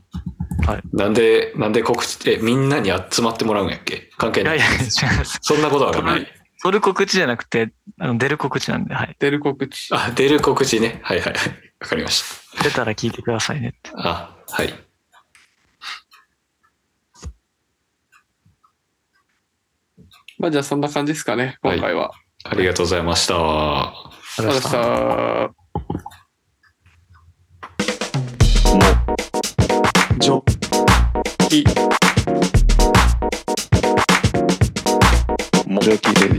はいなんで、なんで告知、え、みんなに集まってもらうんやっけ関係いやないい。や、違います。 そんなことはない。それ告知じゃなくて、あの出る告知なんで、はい。出る告知。あ、出る告知ね。はいはいはい。わかりまし出たら聞いてくださいねって。た。あ、はい。まあじゃあそんな感じですかね、今回は。ありがとうございました。あありがとうございました。ジョきもじょきです